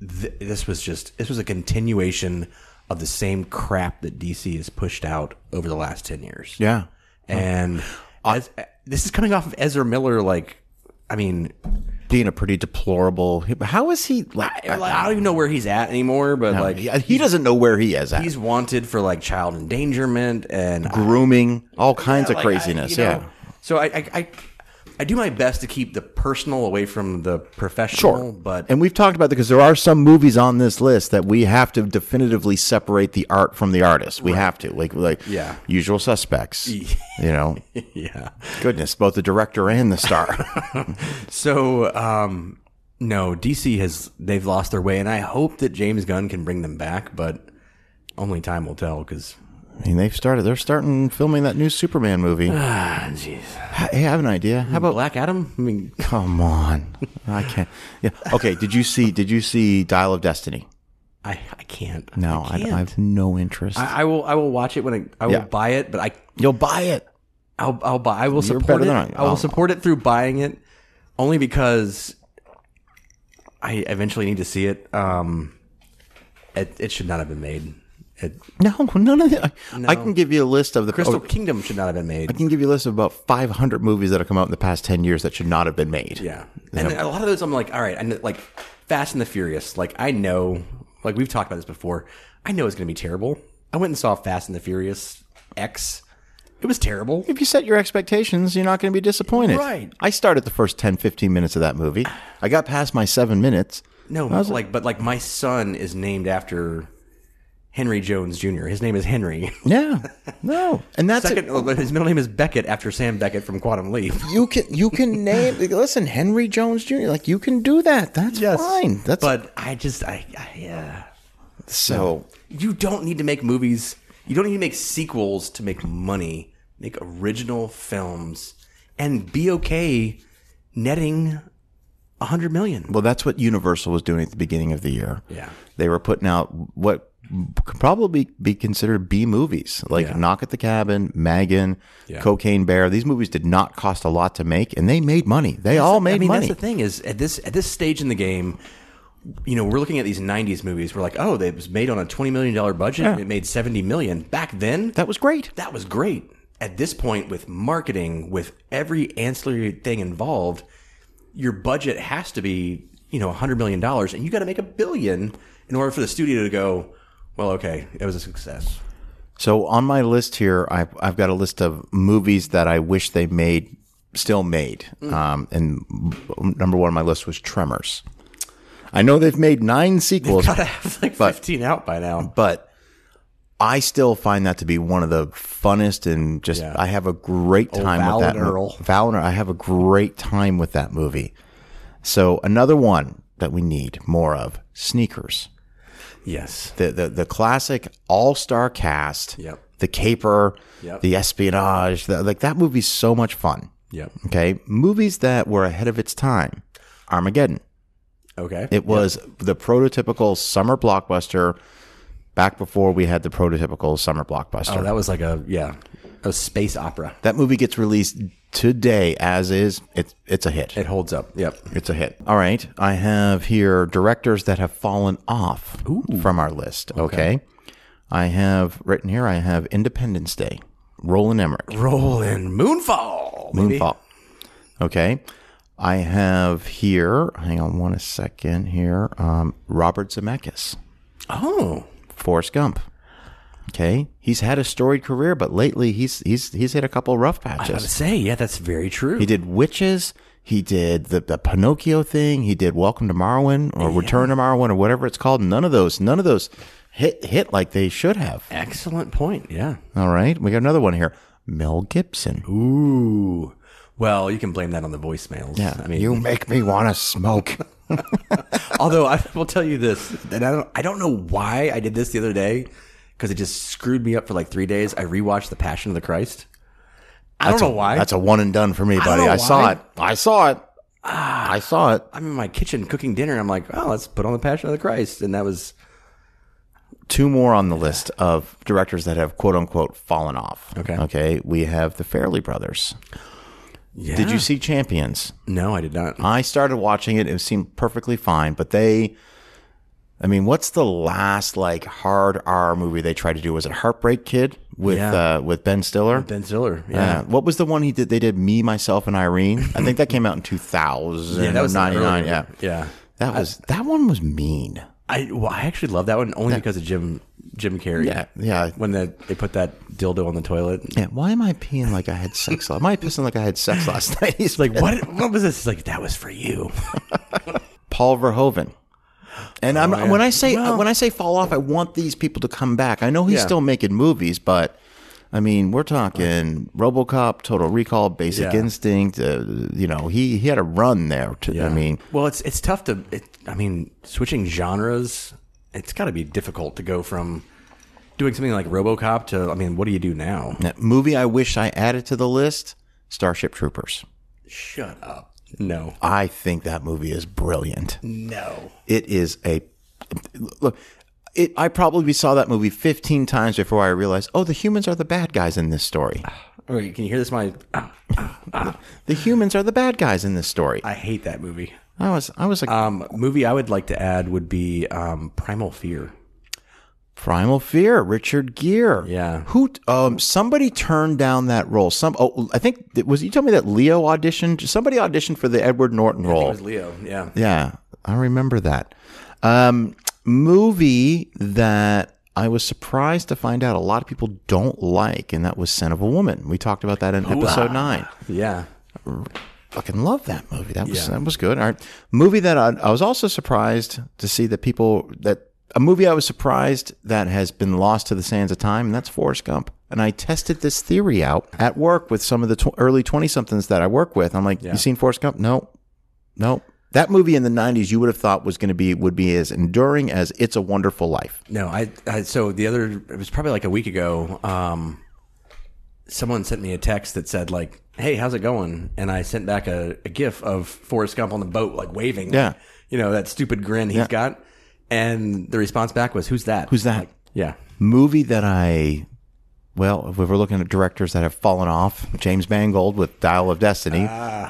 [SPEAKER 2] Th- this was just this was a continuation of the same crap that DC has pushed out over the last ten years
[SPEAKER 1] Yeah.
[SPEAKER 2] and as, uh, this is coming off of Ezra Miller. Like, I mean,
[SPEAKER 1] Being a pretty deplorable. How is he? Like,
[SPEAKER 2] I, I don't even know where he's at anymore. But like,
[SPEAKER 1] he, he doesn't know where he is at.
[SPEAKER 2] he's wanted for like child endangerment and
[SPEAKER 1] grooming, all kinds of
[SPEAKER 2] like, I-
[SPEAKER 1] craziness.
[SPEAKER 2] you know,
[SPEAKER 1] yeah.
[SPEAKER 2] So I, I, I, I do my best to keep the personal away from the professional. But
[SPEAKER 1] And we've talked about that because there are some movies on this list that we have to definitively separate the art from the artist. We have to, like, like
[SPEAKER 2] Yeah.
[SPEAKER 1] Usual Suspects. you know,
[SPEAKER 2] yeah.
[SPEAKER 1] goodness, both the director and the star.
[SPEAKER 2] So um, no, DC has they've lost their way, and I hope that James Gunn can bring them back. But only time will tell. Because
[SPEAKER 1] I mean, they've started. They're starting filming that new Superman movie. I
[SPEAKER 2] ah, jeez,
[SPEAKER 1] I have an idea. How about?
[SPEAKER 2] Black Adam. I mean,
[SPEAKER 1] Come on, I can't. Yeah. Okay. Did you see? Did you see Dial of Destiny?
[SPEAKER 2] I, I can't.
[SPEAKER 1] No, I,
[SPEAKER 2] I can't.
[SPEAKER 1] I have no interest.
[SPEAKER 2] I, I will. I will watch it when I. I will
[SPEAKER 1] Yeah.
[SPEAKER 2] buy it, but I.
[SPEAKER 1] You'll buy it.
[SPEAKER 2] I'll. I'll buy. I will support
[SPEAKER 1] better
[SPEAKER 2] it.
[SPEAKER 1] than I- oh.
[SPEAKER 2] I will
[SPEAKER 1] I'll-
[SPEAKER 2] support it through buying it, only because I eventually need to see it. Um, it, it should not have been made. It,
[SPEAKER 1] No, none of that. I- I can give you a list of the.
[SPEAKER 2] Crystal
[SPEAKER 1] oh,
[SPEAKER 2] Kingdom should not have been made.
[SPEAKER 1] I can give you a list of about 500 movies that have come out in the past 10 years that should not have been made.
[SPEAKER 2] Yeah, and a lot of those I'm like, all right, I know, like Fast and the Furious. Like I know, like we've talked about this before. I know it's going to be terrible. I went and saw Fast and the Furious X. It was terrible.
[SPEAKER 1] If you set your expectations, you're not going to be disappointed.
[SPEAKER 2] Right.
[SPEAKER 1] I started the first 10, 15 minutes of that movie. I got past my seven minutes.
[SPEAKER 2] No, like, but like my son is named after Henry Jones Jr. His name is Henry.
[SPEAKER 1] Yeah. No. And that's it.
[SPEAKER 2] Second, his middle name is Beckett after Sam Beckett from Quantum Leap.
[SPEAKER 1] You can you can name like, listen Henry Jones Jr. Like you can do that. That's fine. That's
[SPEAKER 2] but I just, I, I, yeah.
[SPEAKER 1] so.
[SPEAKER 2] You don't need to make movies. You don't need to make sequels to make money. Make original films and be okay netting a hundred million.
[SPEAKER 1] Well, that's what Universal was doing at the beginning of the year.
[SPEAKER 2] Yeah.
[SPEAKER 1] They were putting out what could probably be considered B movies like
[SPEAKER 2] Yeah.
[SPEAKER 1] Knock at the Cabin, Megan,
[SPEAKER 2] Yeah.
[SPEAKER 1] Cocaine Bear. These movies did not cost a lot to make and they made money. They all made
[SPEAKER 2] I mean,
[SPEAKER 1] money.
[SPEAKER 2] that's the thing is at this at this stage in the game, you know, we're looking at these '90s movies. We're like, oh, they was made on a twenty million dollar budget. and It made seventy million back then.
[SPEAKER 1] that was great.
[SPEAKER 2] that was great. At this point, with marketing, with every ancillary thing involved, your budget has to be you know hundred million dollars, and you got to make a billion in order for the studio to go. Well, okay, it was a success.
[SPEAKER 1] So on my list here, I've, I've got a list of movies that I wish they made, still made.
[SPEAKER 2] Mm.
[SPEAKER 1] Um, and m- number one on my list was Tremors. I know they've made nine sequels,
[SPEAKER 2] Gotta have like fifteen out by now.
[SPEAKER 1] but I still find that to be one of the funnest and just I have a great time
[SPEAKER 2] Val
[SPEAKER 1] with that.
[SPEAKER 2] and Oh, Earl.
[SPEAKER 1] Val and Earl, I have a great time with that movie. So another one that we need more of sneakers.
[SPEAKER 2] Yes,
[SPEAKER 1] The the, the classic all star cast.
[SPEAKER 2] Yep.
[SPEAKER 1] The caper.
[SPEAKER 2] Yep.
[SPEAKER 1] The espionage. The, like that movie's so much fun.
[SPEAKER 2] yep,
[SPEAKER 1] Okay, movies that were ahead of its time. Armageddon.
[SPEAKER 2] okay.
[SPEAKER 1] It was the prototypical summer blockbuster back before we had the prototypical summer blockbuster.
[SPEAKER 2] oh, that was like a yeah, a space opera.
[SPEAKER 1] that movie gets released today as is, it's it's a hit.
[SPEAKER 2] It holds up. Yep.
[SPEAKER 1] It's a hit. All right. I have here directors that have fallen off from our list. Okay. I have written here, I have Independence Day, Roland Emmerich,
[SPEAKER 2] Rolling Moonfall. baby.
[SPEAKER 1] Moonfall. Okay. I have here, hang on one a second here, um, Robert Zemeckis,
[SPEAKER 2] Oh.
[SPEAKER 1] Forrest Gump. Okay. He's had a storied career, but lately he's he's he's hit a couple rough
[SPEAKER 2] I would
[SPEAKER 1] patches.
[SPEAKER 2] say, yeah, that's very true.
[SPEAKER 1] He did Witches. He did the, the Pinocchio thing. He did Welcome to Marwin or Return to Marwin or whatever it's called. None of those, none of those hit hit like they should have.
[SPEAKER 2] Excellent point. Yeah.
[SPEAKER 1] All right, we got another one here. Mel Gibson.
[SPEAKER 2] Ooh. Well, you can blame that on the voicemails.
[SPEAKER 1] yeah,
[SPEAKER 2] I mean,
[SPEAKER 1] you make me want to smoke.
[SPEAKER 2] although I will tell you this, and I don't, I don't know why I did this the other day because it just screwed me up for like three days. I rewatched The Passion of the Christ. I don't know why.
[SPEAKER 1] That's a one and done for me, buddy.
[SPEAKER 2] know
[SPEAKER 1] I,
[SPEAKER 2] why. Ah.
[SPEAKER 1] saw it. I saw it. I saw it.
[SPEAKER 2] I'm in my kitchen cooking dinner. And I'm like, oh, let's put on The Passion of the Christ, and that was
[SPEAKER 1] Two more on the list of directors that have quote unquote fallen off.
[SPEAKER 2] Okay.
[SPEAKER 1] Okay. We have the Fairley Brothers.
[SPEAKER 2] Yeah.
[SPEAKER 1] Did you see Champions?
[SPEAKER 2] No, I did not.
[SPEAKER 1] I started watching it. It seemed perfectly fine, but they, I mean, what's the last like hard R movie they tried to do? Was it Heartbreak Kid with
[SPEAKER 2] Yeah.
[SPEAKER 1] uh, with Ben Stiller?
[SPEAKER 2] Ben Stiller. Yeah.
[SPEAKER 1] Yeah. What was the one he did? They did Me, Myself, and Irene. I think that came out in two thousand.
[SPEAKER 2] Yeah, that was
[SPEAKER 1] ninety nine.
[SPEAKER 2] earlier.
[SPEAKER 1] Yeah,
[SPEAKER 2] Yeah.
[SPEAKER 1] that was that one was mean.
[SPEAKER 2] I well, I actually love that one only because of Jim Jim Carrey.
[SPEAKER 1] Yeah, yeah.
[SPEAKER 2] When the, they put that dildo on the toilet.
[SPEAKER 1] Yeah, why am I peeing like I had sex? last? Am I pissing like I had sex last night? He's
[SPEAKER 2] Like what? What was this? It's like that was for you.
[SPEAKER 1] Paul Verhoeven. And I'm
[SPEAKER 2] Oh, yeah.
[SPEAKER 1] when I say
[SPEAKER 2] Well-
[SPEAKER 1] when I say fall off, I want these people to come back. I know he's
[SPEAKER 2] Yeah.
[SPEAKER 1] still making movies, but I mean, we're talking RoboCop, Total Recall, Basic
[SPEAKER 2] Yeah.
[SPEAKER 1] Instinct. Uh, you know, he he had a run there. To, I mean,
[SPEAKER 2] well, it's it's tough to. It, I mean, switching genres, it's got to be difficult to go from doing something like RoboCop to. I mean, what do you do now?
[SPEAKER 1] that movie I wish I added to the list: Starship Troopers.
[SPEAKER 2] Shut up. No.
[SPEAKER 1] I think that movie is brilliant.
[SPEAKER 2] No.
[SPEAKER 1] It is a look. It, I probably saw that movie 15 times before I realized, oh, the humans are the bad guys in this story.
[SPEAKER 2] All right, can you hear this? My ah, ah, ah.
[SPEAKER 1] The humans are the bad guys in this story.
[SPEAKER 2] I hate that movie.
[SPEAKER 1] I was I was like
[SPEAKER 2] Um, movie I would like to add would be um, Primal Fear.
[SPEAKER 1] Primal Fear, Richard Gere.
[SPEAKER 2] Yeah.
[SPEAKER 1] Who t- um somebody turned down that role. Some oh I think it was you told me that Leo auditioned somebody auditioned for the Edward Norton
[SPEAKER 2] It
[SPEAKER 1] role.
[SPEAKER 2] was Leo. Yeah.
[SPEAKER 1] Yeah. I remember that. Um movie that I was surprised to find out a lot of people don't like, and that was Son of a Woman. We talked about that in
[SPEAKER 2] uh,
[SPEAKER 1] episode nine.
[SPEAKER 2] Yeah.
[SPEAKER 1] fucking love that movie. That was
[SPEAKER 2] Yeah.
[SPEAKER 1] that was good. All right, movie that I, I was also surprised to see that people that a movie I was surprised that has been lost to the sands of time, and that's Forrest Gump. And I tested this theory out at work with some of the tw- early twenty somethings that I work with. I'm like, you seen Forrest Gump? No, no. That movie in the '90s, you would have thought was going to be would be as enduring as "It's a Wonderful Life."
[SPEAKER 2] No, I, I so the other it was probably like a week ago. Um, someone sent me a text that said like, "Hey, how's it going?" And I sent back a, a GIF of Forrest Gump on the boat, like waving.
[SPEAKER 1] Yeah.
[SPEAKER 2] you know that stupid grin he's got. And the response back was, "Who's that?"
[SPEAKER 1] Who's that?
[SPEAKER 2] Yeah.
[SPEAKER 1] movie that I, well, if we were looking at directors that have fallen off, James Mangold with Dial of Destiny,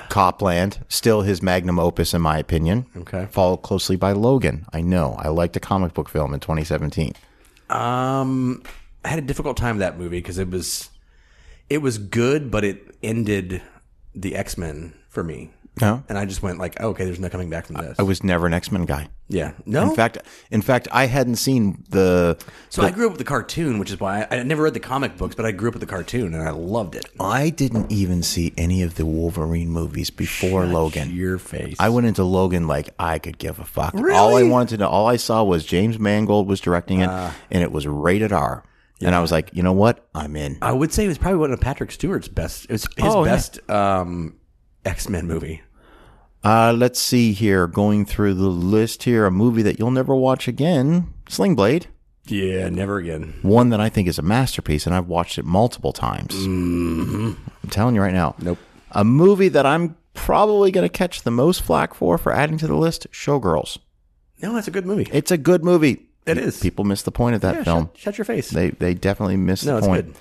[SPEAKER 1] Copland, still his magnum opus, in my opinion.
[SPEAKER 2] Okay.
[SPEAKER 1] Followed closely by Logan. I know. I liked a comic book film in 2017.
[SPEAKER 2] Um, I had a difficult time with that movie because it was, it was good, but it ended the X Men for me.
[SPEAKER 1] No.
[SPEAKER 2] And I just went like, "Oh, okay, there's no coming back from this.
[SPEAKER 1] Oh. I was never an X Men guy.
[SPEAKER 2] yeah. No.
[SPEAKER 1] In fact, in fact, I hadn't seen the.
[SPEAKER 2] So I grew up with the cartoon, which is why I, I never read the comic books, but I grew up with the cartoon and I loved it.
[SPEAKER 1] I didn't even see any of the Wolverine movies before Logan.
[SPEAKER 2] Your face.
[SPEAKER 1] I went into Logan like I could give a fuck. All I
[SPEAKER 2] Really? Uh.
[SPEAKER 1] wanted to know, all I saw was James Mangold was directing it, and it was rated R. And I was like, you know what? I'm in.
[SPEAKER 2] I would say it was probably one of Patrick Stewart's best. It was his
[SPEAKER 1] Oh, yeah.
[SPEAKER 2] best um, X Men movie.
[SPEAKER 1] Uh, let's see here. Going through the list here, a movie that you'll never watch again, Sling Blade.
[SPEAKER 2] Yeah, never again.
[SPEAKER 1] One that I think is a masterpiece, and I've watched it multiple times. I'm telling you right now.
[SPEAKER 2] Mm-hmm. Nope.
[SPEAKER 1] A movie that I'm probably going to catch the most flack for for adding to the list, Showgirls.
[SPEAKER 2] No, that's a good movie.
[SPEAKER 1] It's a good movie.
[SPEAKER 2] It is.
[SPEAKER 1] People miss the point of that
[SPEAKER 2] Yeah,
[SPEAKER 1] film.
[SPEAKER 2] shut, shut your face.
[SPEAKER 1] They they definitely missed
[SPEAKER 2] No,
[SPEAKER 1] the
[SPEAKER 2] it's
[SPEAKER 1] point.
[SPEAKER 2] good.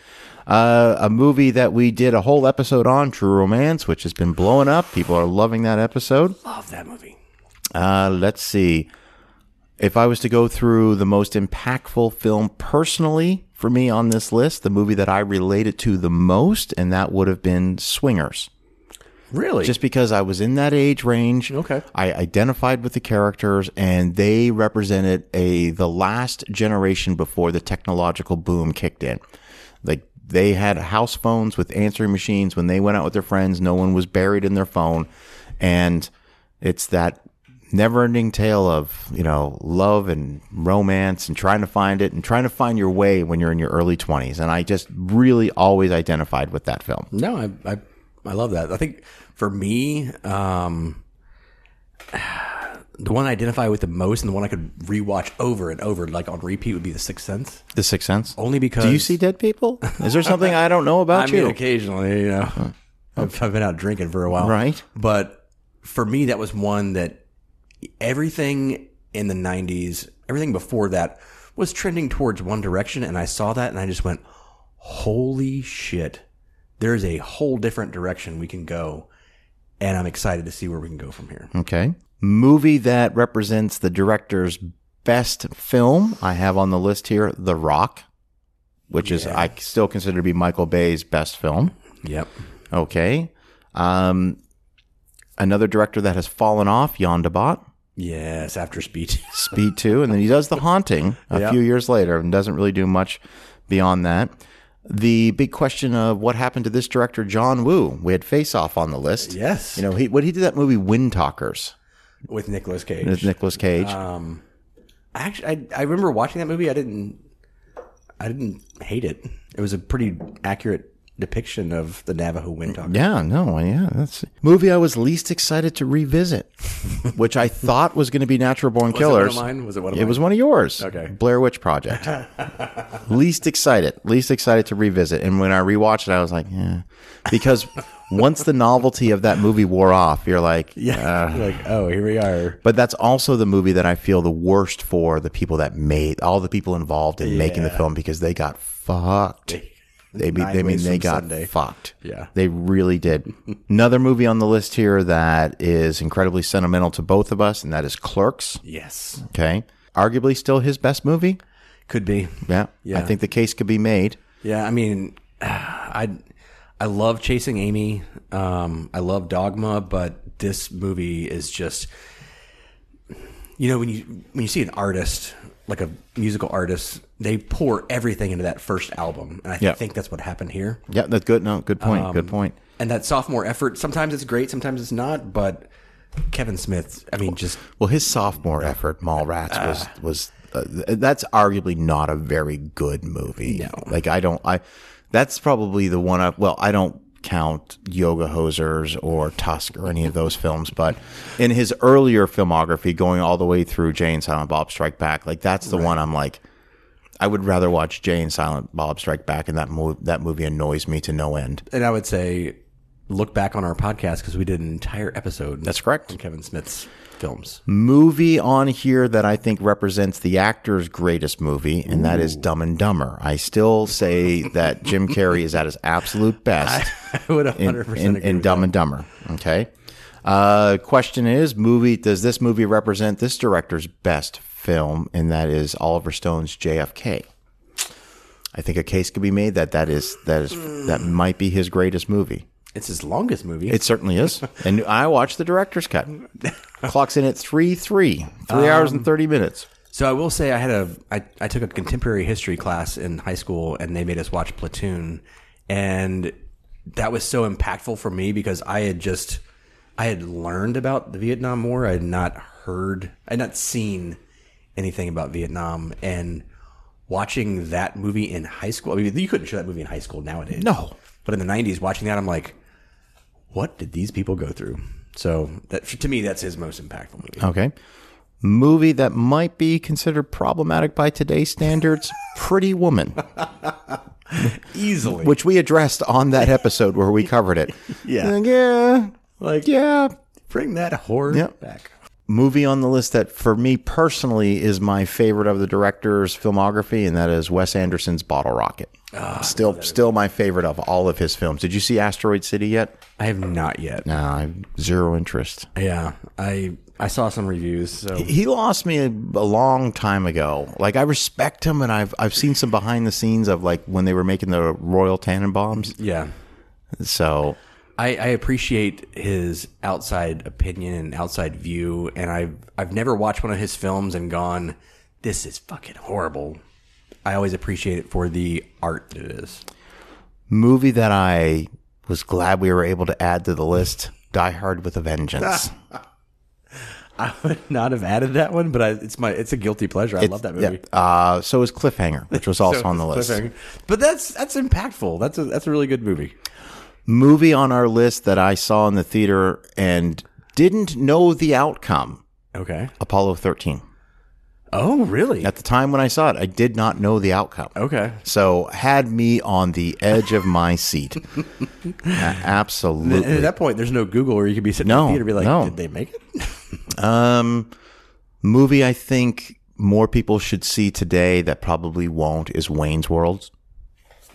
[SPEAKER 1] Uh, a movie that we did a whole episode on, True Romance, which has been blowing up. People are loving that episode.
[SPEAKER 2] Love that movie.
[SPEAKER 1] Uh, let's see. If I was to go through the most impactful film personally for me on this list, the movie that I related to the most, and that would have been Swingers.
[SPEAKER 2] Really?
[SPEAKER 1] Just because I was in that age range,
[SPEAKER 2] Okay.
[SPEAKER 1] I identified with the characters, and they represented a the last generation before the technological boom kicked in. Like they had house phones with answering machines. When they went out with their friends, no one was buried in their phone, and it's that never-ending tale of you know love and romance and trying to find it and trying to find your way when you're in your early 20s and i just really always identified with that film
[SPEAKER 2] no, I, I I love that. I think for me, um, the one I identify with the most and the one I could rewatch over and over, like on repeat, would be The Sixth Sense.
[SPEAKER 1] the sixth sense
[SPEAKER 2] Only because
[SPEAKER 1] Do you see dead people? Is there something I don't know
[SPEAKER 2] I
[SPEAKER 1] about
[SPEAKER 2] mean,
[SPEAKER 1] you?
[SPEAKER 2] occasionally, you know, I've, I've been out drinking for a while,
[SPEAKER 1] Right.
[SPEAKER 2] But for me, that was one that everything in the '90s, everything before that, was trending towards one direction, and I saw that, and I just went, "Holy shit! There's a whole different direction we can go." And I'm excited to see where we can go from here.
[SPEAKER 1] Okay. Movie that represents the director's best film I have on the list here The Rock, which is, I still consider to be Michael Bay's best film.
[SPEAKER 2] Yep.
[SPEAKER 1] Okay. Um, another director that has fallen off, Jan de Bott,
[SPEAKER 2] Yes. After speech.
[SPEAKER 1] Speed 2, and then he does The Haunting a
[SPEAKER 2] Yeah.
[SPEAKER 1] few years later and doesn't really do much beyond that. The big question of what happened to this director, John Woo. We had Face Off on the list.
[SPEAKER 2] yes.
[SPEAKER 1] You know, he what he did that movie Wind Talkers
[SPEAKER 2] with Nicolas Cage.
[SPEAKER 1] with Nicolas Cage.
[SPEAKER 2] Um, I actually, I, I remember watching that movie. I didn't, I didn't hate it. It was a pretty accurate depiction of the Navajo wind talker.
[SPEAKER 1] yeah, no, yeah, that's movie I was least excited to revisit, which I thought was going to be Natural Born Killers.
[SPEAKER 2] Was it one of mine? Was it one of
[SPEAKER 1] It
[SPEAKER 2] mine?
[SPEAKER 1] was one of yours.
[SPEAKER 2] Okay.
[SPEAKER 1] Blair Witch Project. least excited, least excited to revisit. And when I rewatched it, I was like, yeah, because once the novelty of that movie wore off, you're like,
[SPEAKER 2] yeah.
[SPEAKER 1] Ah.
[SPEAKER 2] like, oh, here we are.
[SPEAKER 1] But that's also the movie that I feel the worst for the people that made all the people involved in making the film because they got fucked. They, be,
[SPEAKER 2] Nine
[SPEAKER 1] they mean
[SPEAKER 2] ways
[SPEAKER 1] they
[SPEAKER 2] from
[SPEAKER 1] got
[SPEAKER 2] Sunday.
[SPEAKER 1] fucked.
[SPEAKER 2] Yeah.
[SPEAKER 1] They really did. Another movie on the list here that is incredibly sentimental to both of us, and that is Clerks.
[SPEAKER 2] Yes,
[SPEAKER 1] Okay. Arguably still his best movie.
[SPEAKER 2] could be.
[SPEAKER 1] Yeah. I
[SPEAKER 2] Yeah.
[SPEAKER 1] think the case could be made.
[SPEAKER 2] Yeah, I mean, I, I love Chasing Amy. Um, I love Dogma, but this movie is just, you know, when you when you see an artist like a musical artist, they pour everything into that first album, and I
[SPEAKER 1] Yeah.
[SPEAKER 2] think that's what happened here.
[SPEAKER 1] Yeah, that's good. No, good point. good
[SPEAKER 2] Um,
[SPEAKER 1] point.
[SPEAKER 2] and that sophomore effort sometimes it's great sometimes it's not but kevin smith i mean just
[SPEAKER 1] Well, his sophomore effort, Mallrats, was was uh, th- that's arguably not a very good movie. No, like I don't, I that's probably the one. I well, I don't count Yoga Hosers or Tusk or any of those films, but in his earlier filmography, going all the way through Jay and Silent Bob Strike Back, like that's the one I'm like. I would rather watch Jay and Silent Bob Strike Back, and that mo- that movie annoys me to no end.
[SPEAKER 2] and i would say look back on our podcast because we did an entire episode
[SPEAKER 1] That's correct.
[SPEAKER 2] on kevin smith's films
[SPEAKER 1] movie on here that I think represents the actor's greatest movie, and that is Dumb and Dumber. I still say that Jim Carrey is at his absolute best
[SPEAKER 2] i would 100%
[SPEAKER 1] in,
[SPEAKER 2] agree
[SPEAKER 1] in
[SPEAKER 2] with
[SPEAKER 1] Dumb and Dumber. Okay. Uh, question is, movie does this movie represent this director's best film, and that is Oliver Stone's JFK. I think a case could be made that that is that is that might be his greatest movie.
[SPEAKER 2] that. it's his longest movie
[SPEAKER 1] It certainly is. And I watched the director's cut. Clocks in at three three. Three hours and thirty minutes.
[SPEAKER 2] so i will say i had a I, I took a contemporary history class in high school and they made us watch platoon and that was so impactful for me because i had just i had learned about the vietnam war i had not heard i had not seen anything about vietnam and watching that movie in high school i mean you couldn't show that movie in high school nowadays
[SPEAKER 1] No.
[SPEAKER 2] but in the 90s watching that i'm like what did these people go through so that to me that's his most impactful movie
[SPEAKER 1] Okay. Movie that might be considered problematic by today's standards, Pretty Woman,
[SPEAKER 2] easily
[SPEAKER 1] which we addressed on that episode where we covered it.
[SPEAKER 2] Yeah.
[SPEAKER 1] Yeah.
[SPEAKER 2] like
[SPEAKER 1] Yeah.
[SPEAKER 2] Bring that horror
[SPEAKER 1] Yep.
[SPEAKER 2] back.
[SPEAKER 1] Movie on the list that for me personally is my favorite of the director's filmography, and that is Wes Anderson's Bottle Rocket. still, still my favorite of all of his films. Did you see Asteroid City yet?
[SPEAKER 2] I have not yet.
[SPEAKER 1] No, I zero interest.
[SPEAKER 2] Yeah, I I saw some reviews. So
[SPEAKER 1] He lost me a, a long time ago. Like I respect him, and I've I've seen some behind the scenes of like when they were making the Royal Tannenbaums.
[SPEAKER 2] yeah,
[SPEAKER 1] So
[SPEAKER 2] I, I appreciate his outside opinion and outside view, and I've I've never watched one of his films and gone, "This is fucking horrible." I always appreciate it for the art that it is.
[SPEAKER 1] movie that I was glad we were able to add to the list: Die Hard with a Vengeance.
[SPEAKER 2] Ah, I would not have added that one, but I, it's my it's a guilty pleasure. I love that movie.
[SPEAKER 1] Yep. Uh, so is Cliffhanger, which was also
[SPEAKER 2] So
[SPEAKER 1] on the
[SPEAKER 2] it's
[SPEAKER 1] list.
[SPEAKER 2] cliffhanger. But that's that's impactful. That's a that's a really good movie.
[SPEAKER 1] Movie on our list that I saw in the theater and didn't know the outcome:
[SPEAKER 2] Okay.
[SPEAKER 1] Apollo thirteen.
[SPEAKER 2] Oh, really?
[SPEAKER 1] At the time when I saw it, I did not know the outcome.
[SPEAKER 2] okay.
[SPEAKER 1] So had me on the edge of my seat. A-
[SPEAKER 2] And at
[SPEAKER 1] Absolutely.
[SPEAKER 2] that point, there's no Google where you could be sitting in
[SPEAKER 1] No,
[SPEAKER 2] the theater and be like,
[SPEAKER 1] no.
[SPEAKER 2] "Did they make it?"
[SPEAKER 1] Um, movie I think more people should see today that probably won't is Wayne's World.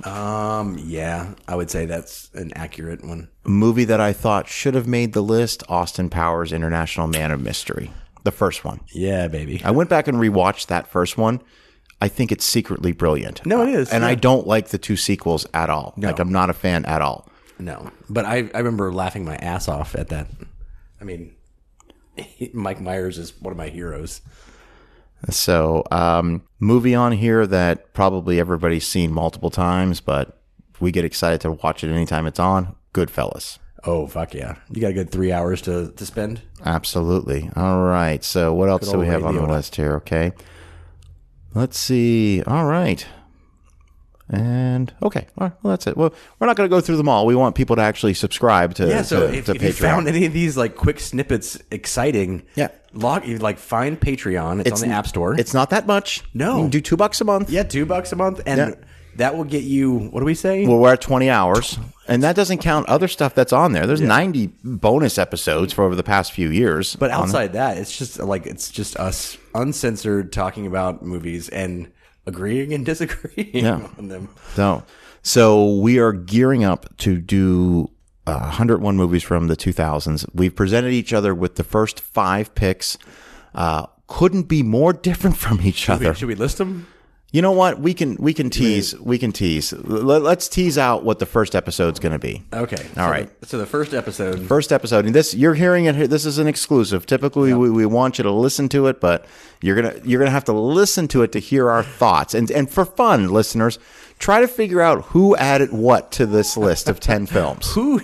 [SPEAKER 2] Um, yeah, I would say that's an accurate one.
[SPEAKER 1] Movie that I thought should have made the list: Austin Powers' International Man of Mystery, the first one.
[SPEAKER 2] Yeah, baby.
[SPEAKER 1] I went back and rewatched that first one. I think it's secretly brilliant.
[SPEAKER 2] No, it is,
[SPEAKER 1] And I
[SPEAKER 2] yeah.
[SPEAKER 1] don't like the two sequels at all. Like I'm not a fan at all.
[SPEAKER 2] No, but I, I remember laughing my ass off at that. I mean, Mike Myers is one of my heroes.
[SPEAKER 1] So, um, movie on here that probably everybody's seen multiple times, but we get excited to watch it anytime it's on. Goodfellas.
[SPEAKER 2] Oh fuck yeah! You got a good three hours to to spend.
[SPEAKER 1] Absolutely. All right. So, what else do we
[SPEAKER 2] old
[SPEAKER 1] have on the
[SPEAKER 2] radio.
[SPEAKER 1] list here? Okay. Let's see. All right. And okay. All right. Well, that's it. Well, we're not going to go through them all. We want people to actually subscribe to,
[SPEAKER 2] Yeah. So
[SPEAKER 1] to,
[SPEAKER 2] if,
[SPEAKER 1] to
[SPEAKER 2] if you
[SPEAKER 1] Patreon.
[SPEAKER 2] found any of these like quick snippets exciting,
[SPEAKER 1] Yeah.
[SPEAKER 2] log you like find Patreon. It's, on the App Store.
[SPEAKER 1] it's not that much.
[SPEAKER 2] No.
[SPEAKER 1] You can do two bucks a month.
[SPEAKER 2] yeah, two bucks a month, and
[SPEAKER 1] Yeah.
[SPEAKER 2] that will get you. What do we say?
[SPEAKER 1] Well, we're at 20 hours, and that doesn't count other stuff that's on there. There's 90 bonus episodes for over the past few years.
[SPEAKER 2] But outside that, it's just like it's just us uncensored talking about movies and agreeing and disagreeing on them.
[SPEAKER 1] so, so we are gearing up to do uh, 101 movies from the 2000s. We've presented each other with the first five picks. Uh, couldn't be more different from each other.
[SPEAKER 2] Should we list them?
[SPEAKER 1] You know what? We can we can tease. We can tease. Let, let's tease out what the first episode's going to be.
[SPEAKER 2] Okay.
[SPEAKER 1] All
[SPEAKER 2] so
[SPEAKER 1] right.
[SPEAKER 2] The, so the first episode.
[SPEAKER 1] first episode and this you're hearing it here this is an exclusive typically we, we want you to listen to it but you're gonna you're gonna have to listen to it to hear our thoughts and and for fun listeners try to figure out who added what to this list of 10 films
[SPEAKER 2] Who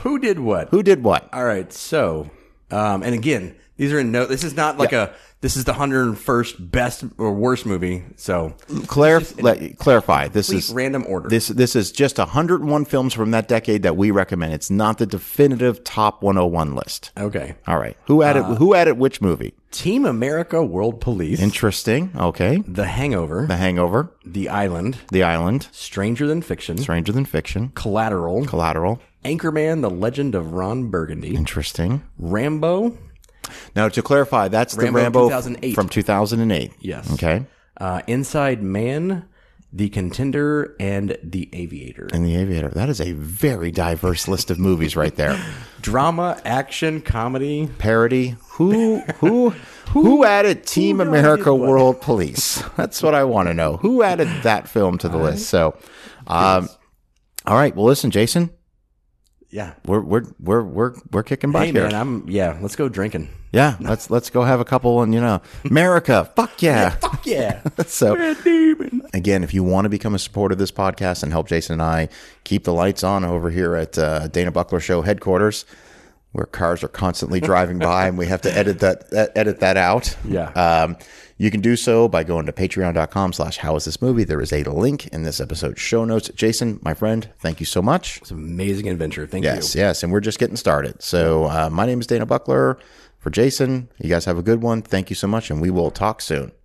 [SPEAKER 2] who did what?
[SPEAKER 1] who did what
[SPEAKER 2] All right. So, um, and again, these are in no. This is not like a. This is the hundred first best or worst movie. So
[SPEAKER 1] Clarif- Um, let, clarify this is
[SPEAKER 2] random order.
[SPEAKER 1] this this is just 101 films from that decade that we recommend it's not the definitive top 101 list
[SPEAKER 2] okay.
[SPEAKER 1] all right who added who added which movie
[SPEAKER 2] Team America, World Police,
[SPEAKER 1] interesting okay
[SPEAKER 2] The Hangover,
[SPEAKER 1] the hangover
[SPEAKER 2] The Island,
[SPEAKER 1] the island
[SPEAKER 2] Stranger Than Fiction,
[SPEAKER 1] stranger than fiction
[SPEAKER 2] Collateral,
[SPEAKER 1] collateral
[SPEAKER 2] Anchorman: The Legend of Ron Burgundy,
[SPEAKER 1] Interesting.
[SPEAKER 2] Rambo,
[SPEAKER 1] Now, to clarify, that's
[SPEAKER 2] Rambo
[SPEAKER 1] the Rambo
[SPEAKER 2] 2008.
[SPEAKER 1] from 2008.
[SPEAKER 2] Yes.
[SPEAKER 1] Okay.
[SPEAKER 2] uh, Inside Man, The Contender, and The Aviator.
[SPEAKER 1] And The Aviator. That is a very diverse list of movies right there.
[SPEAKER 2] Drama, action, comedy.
[SPEAKER 1] Parody. Who who who added Team America World Police? That's what I want to know. Who added that film to the list? So, um, all right. Well, listen, Jason,
[SPEAKER 2] Yeah.
[SPEAKER 1] we're we're we're we're we're kicking butt
[SPEAKER 2] Hey
[SPEAKER 1] here.
[SPEAKER 2] man, I'm yeah. Let's go drinking.
[SPEAKER 1] yeah. Let's let's go have a couple and you know, America. Fuck yeah.
[SPEAKER 2] Fuck yeah.
[SPEAKER 1] so. Again, if you want to become a supporter of this podcast and help Jason and I keep the lights on over here at uh, Dana Buckler Show headquarters, where cars are constantly driving by and we have to edit that, that edit that out.
[SPEAKER 2] Yeah.
[SPEAKER 1] Um, you can do so by going to patreon.com slash how is this movie. There is a link in this episode's show notes. Jason, my friend, thank you so much.
[SPEAKER 2] It's an amazing adventure. Thank
[SPEAKER 1] Yes, yes. And we're just getting started. So uh, my name is Dana Buckler. For Jason, you guys have a good one. Thank you so much, and we will talk soon.